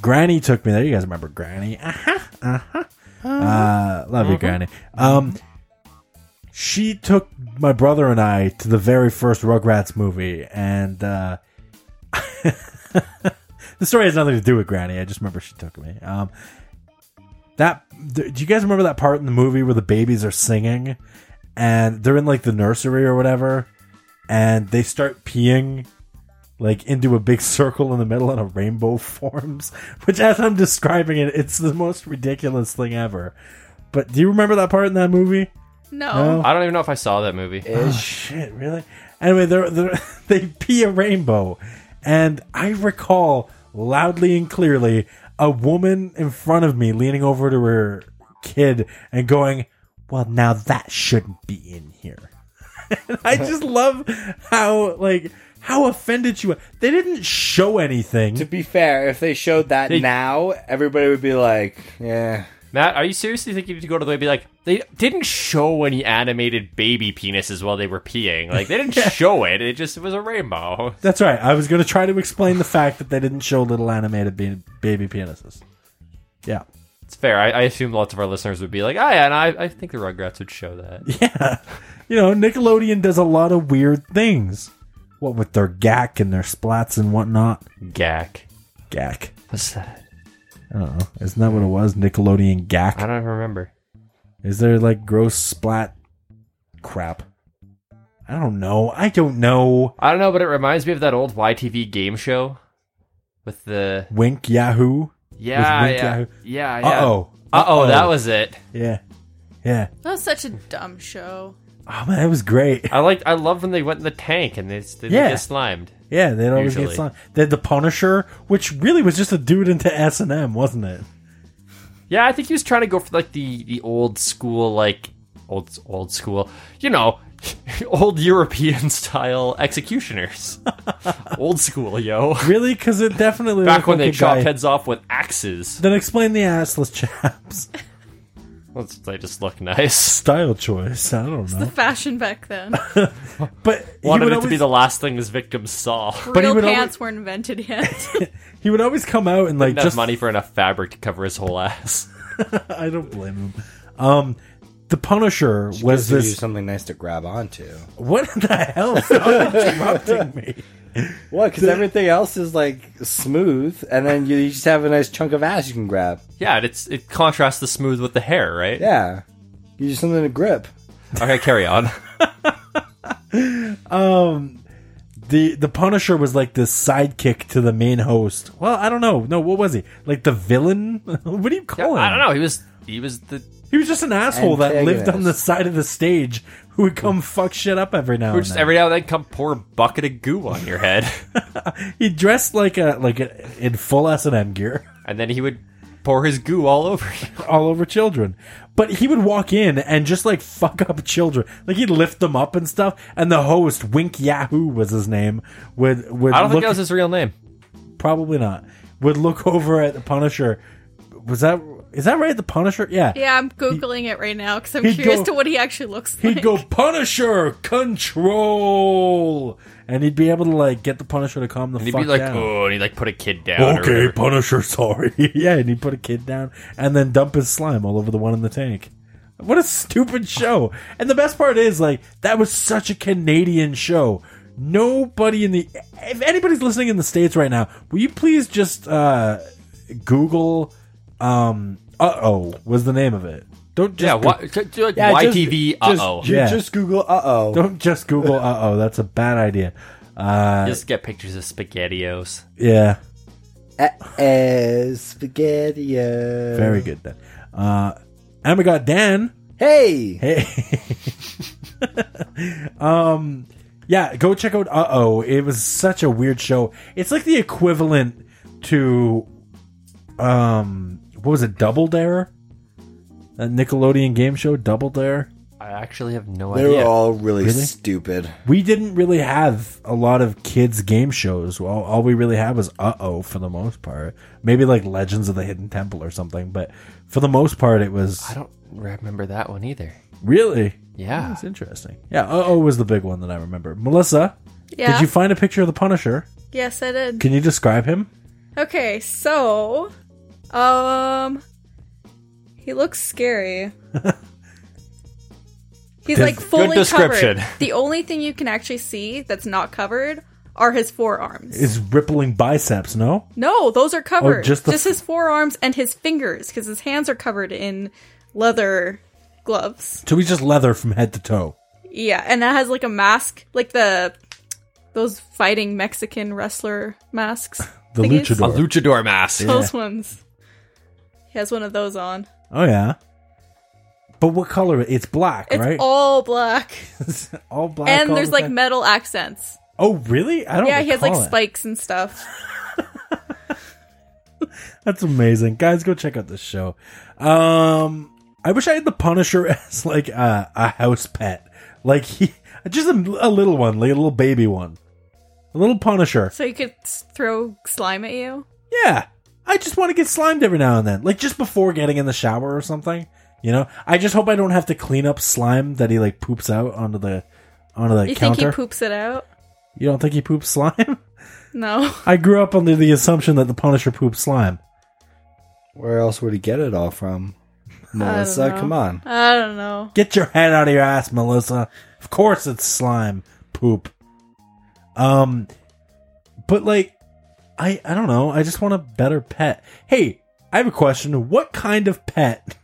S4: Granny took me there. You guys remember Granny? Uh-huh, uh-huh. Uh, love you, Granny. Um, she took my brother and I to the very first Rugrats movie, and uh, the story has nothing to do with Granny. I just remember she took me. Um, that th- do you guys remember that part in the movie where the babies are singing and they're in like the nursery or whatever, and they start peeing like into a big circle in the middle and a rainbow forms. Which, as I'm describing it, it's the most ridiculous thing ever. But do you remember that part in that movie?
S5: No.
S3: I don't even know if I saw that movie.
S4: Oh, shit, really? Anyway, they're, they're, they pee a rainbow. And I recall loudly and clearly a woman in front of me leaning over to her kid and going, Well, now that shouldn't be in here. And I just love how, like, how offended you were. They didn't show anything.
S6: To be fair, if they showed that now, everybody would be like, yeah.
S3: Matt, are you seriously thinking to go to the way and be like, they didn't show any animated baby penises while they were peeing. Like, they didn't show it. It just it was a rainbow.
S4: That's right. I was going to try to explain the fact that they didn't show little animated be- baby penises. Yeah.
S3: It's fair. I, I assume lots of our listeners would be like, ah, yeah, and I, I think the Rugrats would show that.
S4: Yeah. You know, Nickelodeon does a lot of weird things. What with their gack and their splats and whatnot.
S3: Gack.
S4: Gack.
S3: What's that?
S4: I don't know. Isn't that what it was? Nickelodeon
S3: I
S4: gack?
S3: don't even remember.
S4: Is there like gross splat crap? I don't know. I don't know.
S3: I don't know, but it reminds me of that old YTV game show with the
S4: Wink Yahoo.
S3: yeah,
S4: Wink
S3: yeah,
S4: Yahoo.
S3: yeah, yeah.
S4: Uh oh.
S3: uh oh, that was it.
S4: Yeah. Yeah.
S5: That was such a dumb show.
S4: Oh man, that was great.
S3: I liked. I love when they went in the tank and they, they
S4: Yeah.
S3: get slimed.
S4: Yeah, they'd always
S3: Usually.
S4: get song. They had the Punisher, which really was just a dude into S and M, wasn't it?
S3: Yeah, I think he was trying to go for like the the old school, like old old school, you know, old European style executioners. old school, yo.
S4: Really? Because it definitely
S3: Back
S4: looked
S3: when
S4: like
S3: they
S4: a
S3: chopped
S4: guy-
S3: heads off with axes.
S4: Then explain the assless chaps.
S3: Let's- They just look nice.
S4: Style choice. I don't
S5: The
S4: know.
S5: fashion back then.
S4: But he would,
S3: Wanted it to
S4: always,
S3: be the last thing his victims saw.
S4: he
S5: Real
S4: would always-
S5: pants weren't invented yet.
S4: he would always come out and like
S3: Enough
S4: just
S3: money for enough fabric to cover his whole ass.
S4: I don't blame him. Um the Punisher was
S6: Give you
S4: this
S6: something nice to grab onto.
S4: what the hell? Stop interrupting me.
S6: What? Because everything else is like smooth, and then you just have a nice chunk of ass you can grab.
S3: Yeah, and it's it contrasts the smooth with the hair, right?
S6: Yeah, you just something to grip.
S3: Okay, carry on.
S4: The the Punisher was like this sidekick to the main host. Well, I don't know. No, what was he? Like the villain? what do you
S3: Yeah,
S4: call him?
S3: I don't know. He was he was the
S4: He was just an asshole that lived on
S6: Antagonist.
S4: the side of the stage who would come fuck shit up every now
S3: who
S4: and
S3: just
S4: then.
S3: every now and then come pour a bucket of goo on your head,
S4: he dressed like a like a, in full S and M gear.
S3: and then he would pour his goo all over you.
S4: all over children. But he would walk in and just like fuck up children. Like he'd lift them up and stuff. And the host, Wink Yahoo was his name, would would
S3: I don't
S4: look
S3: think that was his real name.
S4: probably not. Would look over at the Punisher. Was that is that right? The Punisher? Yeah.
S5: yeah, I'm googling it right now because I'm
S4: he'd
S5: curious
S4: go-
S5: to what he actually looks like.
S4: He'd go Punisher control, and he'd be able to like get the Punisher to calm the
S3: And he'd
S4: fuck
S3: be like,
S4: down.
S3: oh, and he'd like put a kid down. or
S4: Okay,
S3: whatever.
S4: Punisher, sorry. yeah, and he put a kid down and then dump his slime all over the one in the tank. What a stupid show. And the best part is, like, that was such a Canadian show. Nobody in the. If anybody's listening in the States right now, will you please just uh, Google. Um, uh oh, was the name of it. Don't just.
S3: yeah,
S4: Go-
S3: why, t- t- like YTV. Uh oh,
S6: Just, you
S4: Yeah.
S6: just Google. Uh oh.
S4: don't just Google. uh oh, that's a bad idea. Uh,
S3: just get pictures of spaghettios.
S4: yeah.
S6: Uh, spaghetti. Very
S4: Very good then. Uh, and we got Dan.
S6: Hey.
S4: Hey. um yeah, go check out Uh Oh. It was such a weird show. It's like the equivalent to um what was it, Double Dare? A Nickelodeon game show, Double Dare?
S3: I I actually have no
S6: They were
S3: idea.
S6: all really, stupid.
S4: We didn't really have a lot of kids game shows. All, all we really had was uh oh for the most part. Maybe like Legends of the Hidden Temple or something, but for the most part it was
S3: I don't remember that one either.
S4: really
S3: Yeah.
S4: That's interesting. Yeah, uh oh was the big one that I remember. Melissa,
S5: Yeah.
S4: did you find a picture of the Punisher?
S5: yes, I did.
S4: Can you describe him?
S5: Okay, so um he looks scary. He's like fully
S3: description.
S5: covered. The only thing you can actually see that's not covered are his forearms.
S4: His rippling biceps, no?
S5: no, those are covered.
S4: just
S5: just,
S4: the-
S5: his forearms and his fingers cuz his hands are covered in leather gloves.
S4: So he's just leather from head to toe.
S5: Yeah, and that has like a mask, like the those fighting Mexican wrestler masks.
S4: The
S5: thingies.
S4: luchador.
S3: A luchador mask.
S5: Those ones. He has one of those on.
S4: Oh yeah. But what color? It's black,
S5: It's
S4: right?
S5: all black.
S4: It's all black. all
S5: and there's
S4: the
S5: like
S4: time.
S5: metal accents.
S4: oh really? I don't.
S5: Yeah, he has like
S4: recall it.
S5: spikes and stuff.
S4: That's amazing, guys. Go check out this show. Um, I wish I had the Punisher as like a, a house pet, like he just a, a little one, like a little baby one, a little Punisher.
S5: So he could s- throw slime at you.
S4: Yeah, I just want to get slimed every now and then, like just before getting in the shower or something. You know, I just hope I don't have to clean up slime that he like poops out onto the onto the
S5: You
S4: counter.
S5: think he poops it out?
S4: you don't think he poops slime?
S5: No.
S4: I grew up under the assumption that the Punisher pooped slime.
S6: Where else would he get it all from?
S5: I
S6: Melissa,
S5: don't know.
S6: come on.
S5: I don't know.
S4: Get your head out of your ass, Melissa. Of course it's slime poop. Um but like I I don't know. I just want a better pet. Hey, I have a question. What kind of pet?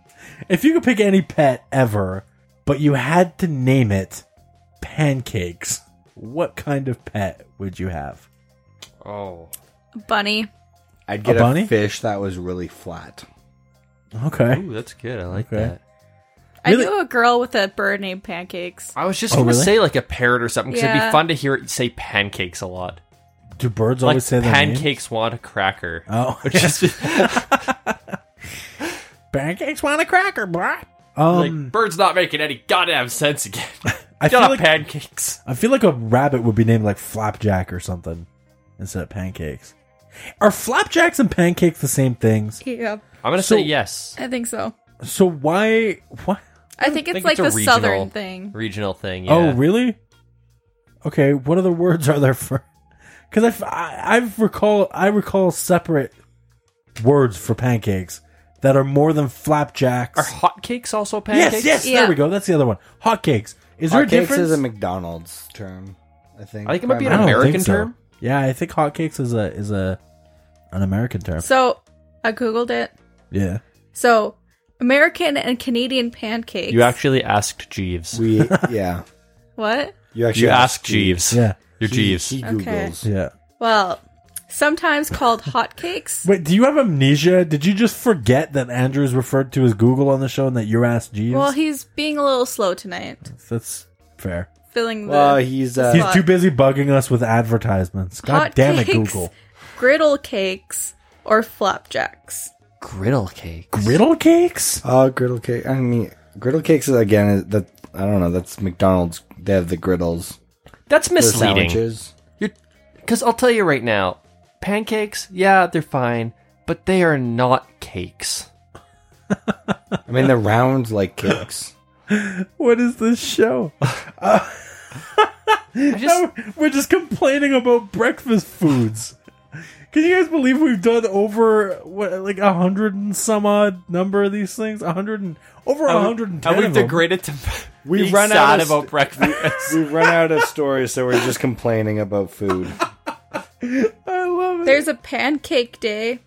S4: if you could pick any pet ever, but you had to name it pancakes, what kind of pet would you have?
S3: Oh.
S5: Bunny.
S6: I'd get
S4: A
S6: a,
S4: bunny?
S6: fish that was really flat.
S4: Okay.
S3: Ooh, that's good. I like
S4: Okay.
S3: that.
S4: Really?
S5: I knew a girl with a bird named Pancakes.
S3: I was just
S4: Oh,
S3: going to
S4: really?
S3: say like a parrot or something because it'd be
S5: Yeah.
S3: fun to hear it say pancakes a lot.
S4: Do birds
S3: Like
S4: always say their name?
S3: pancakes want a cracker.
S4: Oh.
S3: Which is
S4: Pancakes want a cracker, bro. Um
S3: like birds not making any goddamn sense again.
S4: I
S3: Get
S4: feel
S3: on
S4: like
S3: pancakes.
S4: I feel like a rabbit would be named like Flapjack or something instead of pancakes. Are flapjacks and pancakes the same things?
S5: Yeah,
S3: I'm gonna
S4: So-
S3: say yes.
S5: I think so.
S4: So why? What?
S5: I think it's
S3: think
S5: like
S3: it's a
S5: the
S3: regional-
S5: southern thing.
S3: Regional thing. Yeah.
S4: Oh, really? Okay. What other words are there for? Because I, f- I- I've recall I recall separate words for pancakes that are more than flapjacks.
S3: Are hotcakes also pancakes?
S4: yes, yes.
S5: Yeah.
S4: There we go. That's the other one. Hotcakes. Is there a
S6: Hotcakes
S4: difference?
S6: is a McDonald's term, I think.
S3: I think it might be an
S4: I don't
S6: primarily.
S3: American-
S4: think so.
S3: term?
S4: Yeah, I think hotcakes is a is a an American term.
S5: So I googled it.
S4: Yeah.
S5: So American and Canadian pancakes.
S3: You actually asked Jeeves.
S6: We, yeah.
S5: what?
S6: You actually
S3: you
S6: asked
S3: asked Jeeves.
S4: Yeah.
S3: You're Jeeves.
S6: He
S5: Okay.
S6: Googles.
S4: Yeah.
S5: Well, sometimes called hotcakes.
S4: Wait, do you have amnesia? Did you just forget that Andrew's referred to as Google on the show and that you're asked Jeeves?
S5: Well, he's being a little slow tonight,
S4: That's fair.
S5: filling the
S6: Well, he's uh,
S4: He's
S5: Fuck.
S4: too busy bugging us with advertisements. God
S5: Hot
S4: damn it,
S5: cakes,
S4: Google.
S5: griddle cakes, or flapjacks.
S3: Griddle cake.
S4: Griddle cakes?
S6: Oh, griddle cake. I mean, griddle cakes is again. is- That I don't know. That's McDonald's. They have the griddles.
S3: That's
S6: The
S3: misleading.
S6: sandwiches.
S3: Because I'll tell you right now, pancakes, yeah, they're fine, but they are not cakes.
S6: I mean, they're round like cakes.
S4: What is this show?
S3: I just,
S4: Oh, We're just complaining about breakfast foods. Can you guys believe we've done over what, like a hundred and some odd number of these things? A hundred and over a hundred and ten.
S3: and we've
S4: of them.
S3: degraded to
S6: We
S3: being
S6: run
S3: sad
S6: out of
S3: about
S6: st-
S3: breakfast.
S6: We've run out of stories, so we're just complaining about food.
S4: I love it.
S5: There's a pancake day.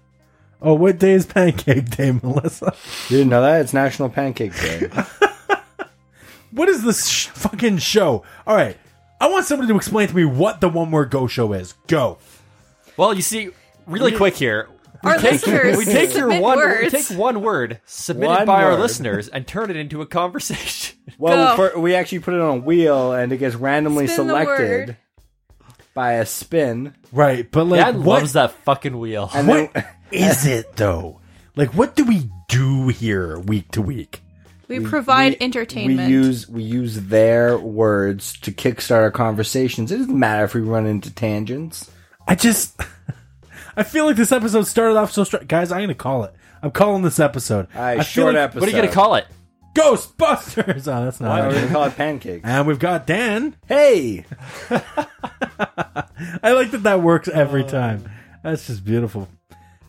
S4: oh, what day is Pancake Day, Melissa?
S6: You didn't know that? It's National Pancake Day.
S4: What is this sh- fucking show? All right. I want somebody to explain to me what the one word go show is. Go.
S3: well, you see, really quick here. We
S5: Our
S3: take,
S5: listeners
S3: we take your
S5: submit
S3: one.
S5: words.
S3: We take one word submitted
S6: One
S3: by our
S6: word.
S3: listeners and turn it into a conversation.
S6: Well,
S5: Go.
S6: for, we actually put it on a wheel, and it gets randomly
S5: Spin the
S6: selected
S5: word.
S6: by a spin.
S4: Right, but like
S3: Dad
S4: what
S3: loves that fucking wheel.
S6: And
S4: what
S6: then
S4: is it though? Like what do we do here week to week?
S5: We provide entertainment.
S6: We use we use their words to kickstart our conversations. It doesn't matter if we run into tangents.
S4: I just, I feel like this episode started off so strong. Guys, I'm going to call it. I'm calling this episode.
S6: Alright,
S4: I feel
S6: short
S4: like
S6: episode.
S3: What are you going to call it?
S4: Ghostbusters. Oh, that's
S6: Why
S4: not.
S6: are we
S4: it.
S6: gonna call it pancakes?
S4: And we've got Dan.
S6: Uh, hey,
S4: I like that that works
S3: Oh.
S4: every time. That's just beautiful.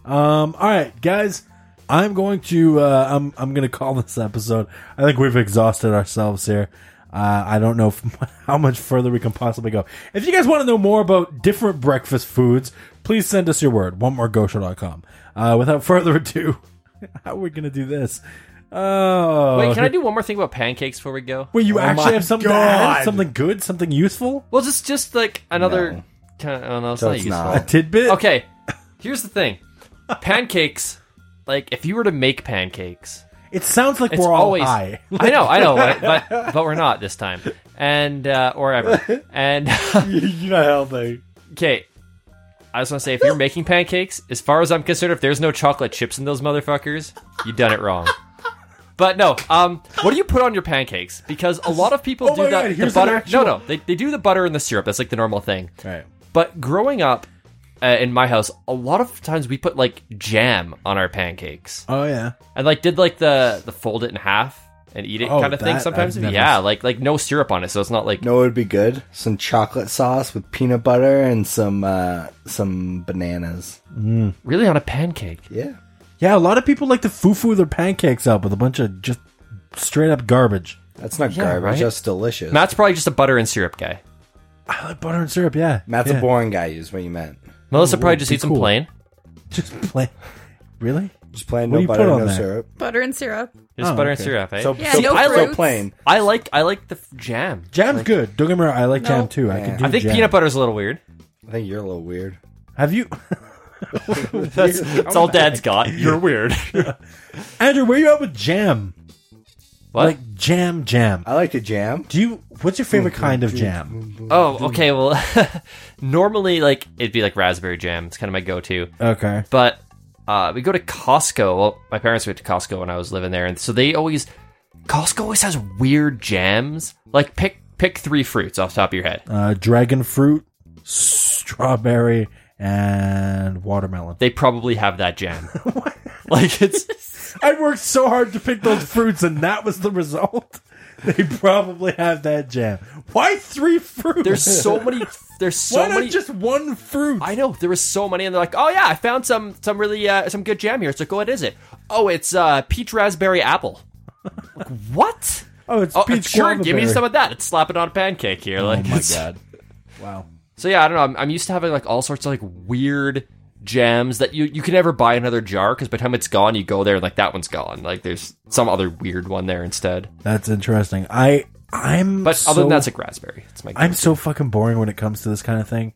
S4: Um, all right, guys, I'm going to uh, I'm I'm going to call this episode. I think we've exhausted ourselves here. Uh, I don't know if, how much further we can possibly go. If you guys want to know more about different breakfast foods, please send us your word. One more Uh Without further ado, how are we going to do this? Oh,
S3: Wait, can I do one more thing about pancakes before we go?
S4: Wait, you
S6: Oh my
S4: actually have something to add?
S6: God.
S4: Something good? Something useful?
S3: Well, just just like another
S6: No.
S3: kind of. Oh, no, it's
S6: So
S3: not
S6: it's
S3: useful.
S6: not.
S4: Tidbit?
S3: Okay, here's the thing: pancakes. Like, if you were to make pancakes,
S4: It sounds like
S3: it's
S4: we're all
S3: always.
S4: high.
S3: I know, I know, right? but but we're not this time, and uh, or ever. And
S6: you're not helping.
S3: okay, I just want to say, if you're making pancakes, as far as I'm concerned, if there's no chocolate chips in those motherfuckers, you done it wrong. But no, um, what do you put on your pancakes? Because a lot of people
S4: Oh
S3: do
S4: my
S3: the,
S4: God,
S3: the
S4: here's an
S3: butter.
S4: actual-
S3: No, no, they, they do the butter and the syrup. That's like the normal thing.
S6: Right.
S3: But growing up uh, in my house, a lot of times we put like jam on our pancakes,
S4: Oh yeah.
S3: and like did like the the fold it in half and eat it
S4: Oh,
S3: kind of thing.
S4: that
S3: Sometimes,
S4: I've never
S3: yeah, like like no syrup on it, so it's not like
S6: No, it would be good. Some chocolate sauce with peanut butter and some uh, some bananas.
S3: really on a pancake.
S6: Yeah.
S4: Yeah, a lot of people like to foo-foo their pancakes up with a bunch of just straight up garbage.
S6: That's not
S3: Yeah,
S6: garbage.
S3: right?
S6: That's delicious.
S3: Matt's probably just a butter and syrup guy.
S4: I like butter and syrup, yeah.
S6: Matt's
S4: yeah.
S6: a boring guy. Is what you meant.
S3: Melissa probably
S4: would
S3: just
S4: be
S3: eats
S4: cool.
S3: them plain.
S4: Just plain. Really?
S6: Just plain
S4: What do
S6: no
S4: you put
S6: butter,
S4: on
S6: no
S4: there?
S6: syrup.
S5: butter and syrup.
S3: Just
S4: Oh,
S3: butter
S4: okay.
S3: and syrup. Eh?
S6: So
S5: Yeah,
S6: so,
S5: no
S6: so
S5: fruits.
S6: plain.
S3: I like I like the f- jam.
S4: Jam's good. Don't get me wrong, I like
S5: No.
S4: jam too. I
S6: Yeah.
S4: could do
S3: I think
S4: jam.
S3: peanut butter's a little weird.
S6: I think you're a little weird.
S4: Have you
S3: That's, that's all Dad's got. You're weird.
S4: Andrew, where you at with jam?
S3: what?
S4: Like jam jam.
S6: I like to jam.
S4: Do you what's your favorite kind of jam?
S3: oh, okay. Well, normally like it'd be like raspberry jam. It's kind of my go-to.
S4: Okay.
S3: but uh, we go to Costco. Well, my parents went to Costco when I was living there, and so they always Costco always has weird jams. Like pick pick three fruits off the top of your head.
S4: Uh dragon fruit, strawberry, and watermelon.
S3: They probably have that jam. like it's
S4: I worked so hard to pick those fruits, and that was the result. They probably have that jam. Why three fruits?
S3: there's so many there's so
S4: Why not
S3: many.
S4: just one fruit?
S3: I know there was so many, and they're like, "Oh yeah, I found some some really uh, some good jam here." It's like, "What is it?" Oh, it's uh, peach raspberry apple. Like, what?
S4: oh, it's
S3: Oh,
S4: peach Oh
S3: sure,
S4: guava
S3: give me
S4: berry.
S3: some of that. It's slapping on a pancake here. Like, it's-
S4: Wow.
S3: So yeah, I don't know. I'm, I'm used to having like all sorts of like weird gems that you you can never buy another jar because by the time it's gone, you go there and like that one's gone. Like there's some other weird one there instead.
S4: That's interesting. I I'm
S3: But
S4: so,
S3: other than that, it's like raspberry. It's my
S4: I'm so fucking boring when it comes to this kind of thing.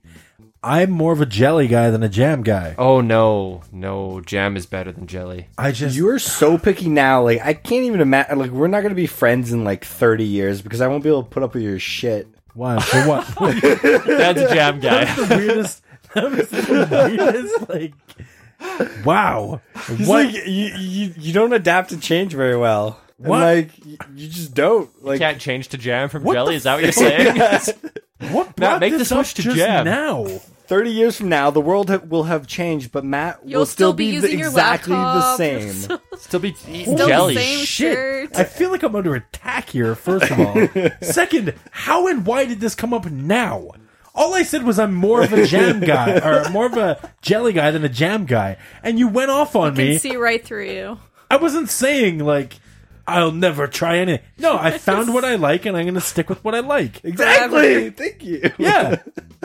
S4: I'm more of a jelly guy than a jam guy.
S3: oh no no jam is better than jelly.
S4: I just
S6: You're so picky now. Like I can't even imagine. Like we're not gonna be friends in like 30 years because I won't be able to put up with your shit.
S4: why for what?
S3: That's a jam guy.
S4: the weirdest. That was the weirdest. Like wow. What?
S6: you, you you don't adapt to change very well. And,
S4: What?
S6: like you, you just don't. Like
S3: Can't change to jam from
S4: What
S3: jelly.
S4: the
S3: Is that what you're saying?
S4: what brought
S3: make the
S4: this up
S3: switch to
S4: just
S3: jam.
S4: now?
S6: 30 years from now, the world ha- will have changed, but Matt
S5: You'll
S6: will still,
S5: still be
S6: the-
S5: using your
S6: exactly the
S5: laptop.
S6: same.
S3: Still be eating
S5: Still the
S3: jelly.
S5: same shirt.
S4: I feel like I'm under attack here, first of all. Second, how and why did this come up now? All I said was I'm more of a jam guy, or more of a jelly guy than a jam guy. And you went off on
S5: Can
S4: me.
S5: see right through you.
S4: I wasn't saying, like, I'll never try anything. No, I found what I like and I'm going to stick with what I like.
S6: exactly. Thank you.
S4: Yeah.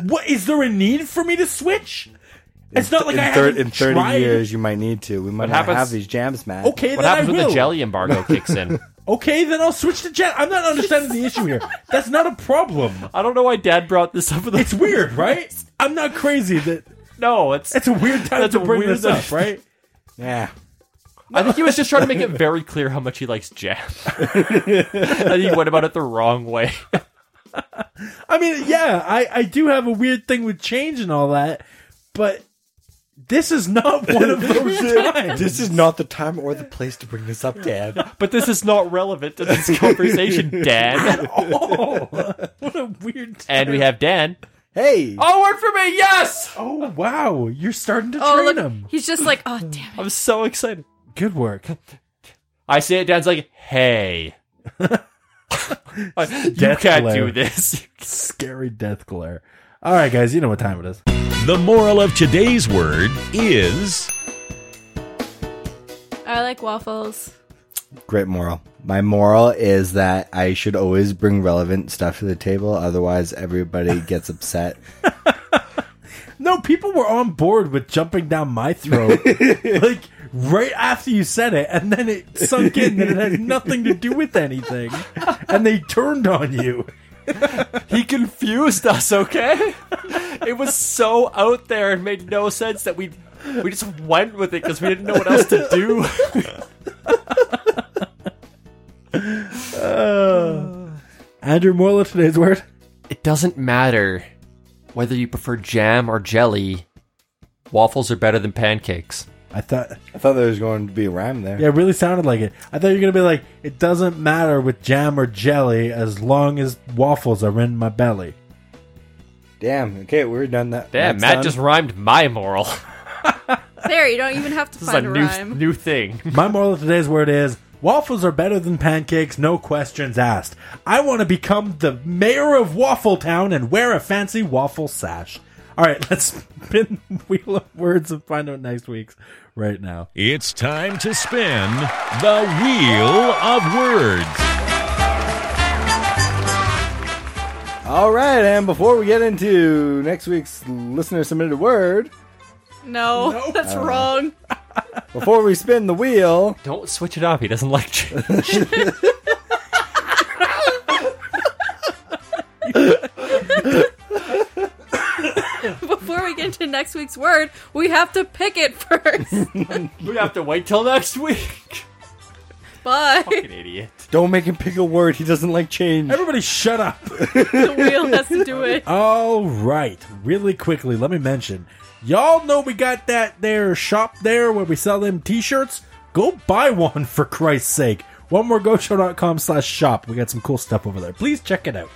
S4: what is there a need for me to switch? It's not like
S6: in,
S4: I
S6: thir-
S4: haven't
S6: in 30
S4: tried.
S6: years, you might need to. We might not
S3: happens-
S6: have these jams, Matt.
S4: Okay,
S3: What
S4: then I
S3: happens
S4: will.
S3: when the jelly embargo kicks in?
S4: Okay, then I'll switch to jam. I'm not understanding the issue here. That's not a problem.
S3: I don't know why Dad brought this up. With
S4: It's weird, right? I'm not crazy. That
S3: no, it's
S4: it's a weird time
S3: That's
S4: to
S3: a
S4: bring
S3: weird
S4: this up,
S3: thing.
S4: right?
S6: Yeah.
S3: I think he was just trying to make it very clear how much he likes jam. and he went about it the wrong way.
S4: I mean, yeah, I I do have a weird thing with change and all that, but This is not one of those times.
S6: this is not the time or the place to bring this up, Dan.
S3: But this is not relevant to this conversation, Dan.
S4: oh, what a weird. Time.
S3: And we have Dan.
S6: hey,
S3: Oh, word for me, yes!
S4: Oh wow, you're starting to
S5: Oh,
S4: train
S5: look,
S4: him.
S5: he's just like, oh damn it.
S3: I'm so excited.
S4: Good work.
S3: I say it, Dan's like, hey. you can't
S4: glare.
S3: do this.
S4: Scary death glare. All right, guys, you know what time it is.
S2: The moral of today's word is
S5: I like waffles.
S6: great moral. My moral is that I should always bring relevant stuff to the table, otherwise everybody gets upset.
S4: No, people were on board with jumping down my throat, like right after you said it, and then it sunk in that it has nothing to do with anything, and they turned on you.
S3: He confused us, okay? It was so out there and made no sense that we we just went with it because we didn't know what else to do.
S4: Andrew Moyle, today's word.
S3: It doesn't matter whether you prefer jam or jelly. Waffles are better than pancakes.
S4: I thought,
S6: I thought there was going to be a rhyme there.
S4: yeah, it really sounded like it. I thought you were gonna be like, it doesn't matter with jam or jelly as long as waffles are in my belly.
S6: Damn. Okay, we're done that.
S3: Damn,
S6: that's
S3: Matt
S6: done.
S3: just rhymed my moral.
S5: There, you don't even have to
S3: This is a
S5: find a,
S3: new
S5: rhyme.
S3: new thing.
S4: My moral of today's word is waffles are better than pancakes, no questions asked. I want to become the mayor of Waffle Town and wear a fancy waffle sash. All right, let's spin the wheel of words and find out next week's right now.
S2: It's time to spin the wheel of words.
S6: All right, and before we get into next week's listener submitted word,
S5: no,
S3: Uh,
S5: that's wrong.
S6: before we spin the wheel,
S3: Don't switch it up. He doesn't like change.
S5: Before we get into next week's word, we have to pick it first.
S3: we have to wait till next week.
S5: Bye.
S3: Fucking idiot.
S6: don't make him pick a word he doesn't like change.
S4: Everybody, shut up.
S5: the wheel has to do it.
S4: All right, really quickly, let me mention. Y'all know we got that there shop there where we sell them t-shirts. Go buy one for Christ's sake. OneMoreGoShow.com slash shop. We got some cool stuff over there. Please check it out.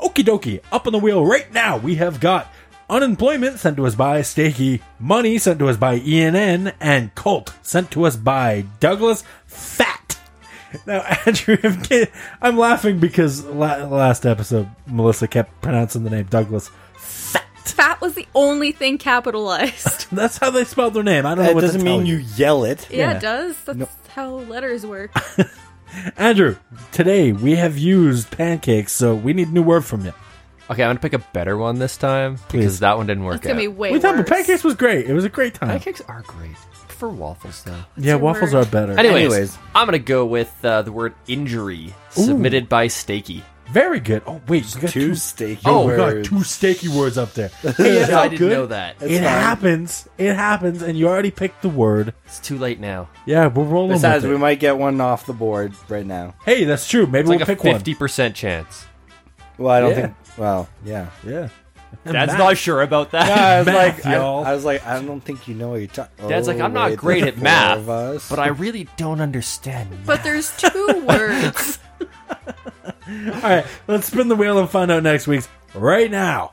S4: Okie dokie, up on the wheel right now, we have got Unemployment sent to us by Stakey, Money sent to us by ENN, and Cult sent to us by Douglas Fat. Now, Andrew, I'm, kid- I'm laughing because la- last episode Melissa kept pronouncing the name Douglas Fat.
S5: Fat was the only thing capitalized.
S4: That's how they spelled their name. I don't know
S6: That
S4: what to
S6: doesn't
S4: tell
S6: mean you yell it.
S5: Yeah,
S4: Yeah.
S5: it does. That's how letters work.
S4: Andrew, today we have used pancakes, so we need a new word from you.
S3: Okay, I'm gonna pick a better one this time because
S4: Please.
S3: that one didn't work
S5: It's gonna
S3: out.
S5: be way
S4: we thought
S5: worse.
S4: but pancakes was great. It was a great time.
S3: Pancakes are great. I prefer waffles though.
S4: yeah,
S5: your
S4: waffles
S5: word?
S4: are better.
S3: Anyways,
S6: Anyways.
S3: I'm gonna go with uh, the word injury submitted by Stakey.
S4: Very good. Oh wait, you got
S6: Two
S4: two.
S6: steaky
S4: Oh, we got
S6: words.
S4: two steaky words up there. Hey, that's
S3: I
S4: not
S3: didn't
S4: good.
S3: know that.
S4: It happens. It happens, and you already picked the word.
S3: It's too late now.
S4: Yeah, we're rolling.
S6: Besides,
S4: with
S6: we
S4: it.
S6: might get one off the board right now.
S4: hey, that's true. Maybe
S3: It's like
S4: we'll
S3: a
S4: pick
S3: fifty percent chance.
S6: Well, I don't
S4: Yeah.
S6: think. Well, yeah.
S4: one. Yeah.
S3: Dad's not sure about that.
S6: I was
S4: Math,
S6: like, I,
S4: y'all.
S6: I was like, I don't think you know what you're talking. Oh,
S3: Dad's like, I'm not great at math, but I really don't understand.
S5: But there's two words.
S4: All right, let's spin the wheel and find out next week's right now.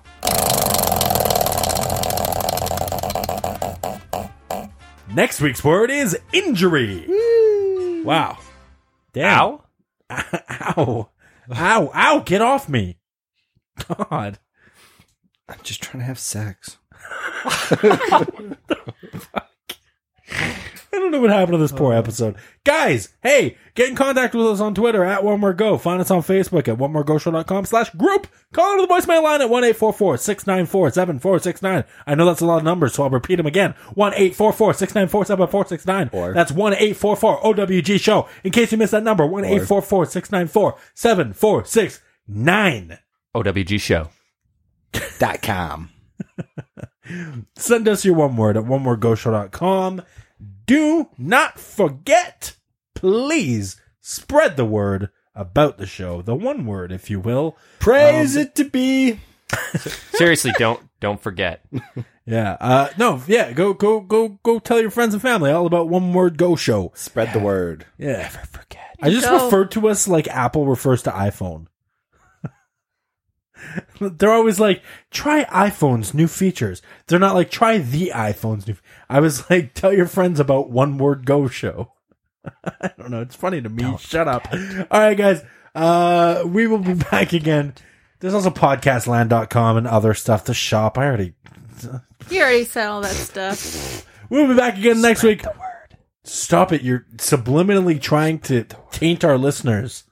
S4: Next week's word is injury. Wow. Damn.
S3: Ow.
S4: Ow. Ow. Ow. Get off me. God.
S6: I'm just trying to have sex.
S4: I don't know what happened to this poor episode. Guys, hey, get in contact with us on Twitter at One More Go. Find us on Facebook at onemorego.com slash group. Call into the voicemail line at 1-844-694-7469. I know that's a lot of numbers, so I'll repeat them again. 1-844-694-7469.
S6: Or-
S4: that's 1-844-OWG show. In case you missed that number, 1-844-694-7469.
S3: OWG show.
S6: Dot com.
S4: Send us your one word at onemoregoshow.com. Do not forget, please spread the word about the show. The one word, if you will.
S6: Praise it to be.
S3: Seriously, don't don't forget.
S4: Yeah. Uh, no. Yeah. Go. Go. Go. Go. Tell your friends and family all about one word go show.
S6: Spread the word.
S4: Yeah. Never forget. I just
S5: Go.
S4: refer to us like Apple refers to iPhone. They're always like, try iPhone's new features. They're not like, try the iPhone's new. F-. I was like, tell your friends about One Word Go Show. I don't know. It's funny to me. Shut up. All right, guys. Uh, we will be back again. There's also podcastland.com and other stuff to shop. I already
S5: You already said all that stuff.
S4: We'll be back again next week. Stop it. You're subliminally trying to taint our listeners.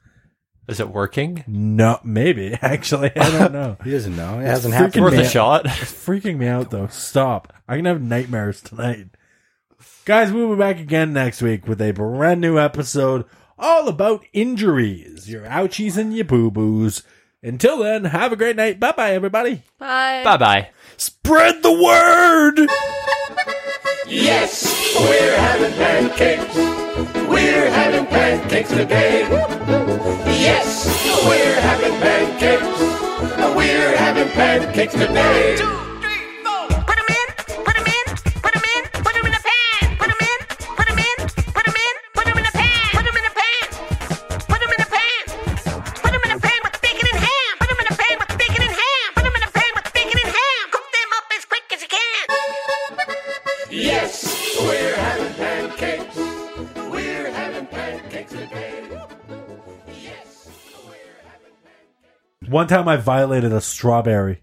S3: Is it working?
S4: No, maybe. Actually, I don't know.
S6: He doesn't know. It hasn't
S4: freaking
S6: happened.
S3: Worth
S4: man.
S3: a shot.
S4: It's freaking me out, though. Stop. I'm going to have nightmares tonight. Guys, we'll be back again next week with a brand new episode all about injuries, your ouchies and your boo boos. Until then, have a great night. Bye bye, everybody.
S5: Bye.
S3: bye bye.
S4: Spread the word.
S7: Two, three, four. Put 'em in, put 'em in, put 'em in, put 'em in a pan. Put 'em in, put 'em in, put 'em in, put 'em in a pan. Put 'em in a pan. Put 'em in a pan. Put 'em in a pan with bacon and ham. Put 'em in a pan with bacon and ham. Put 'em in a pan with bacon and ham. Cook them up as quick as you can. Yes, we're having pancakes. We're having pancakes today. Yes, we're having pancakes.
S4: One time I violated a strawberry.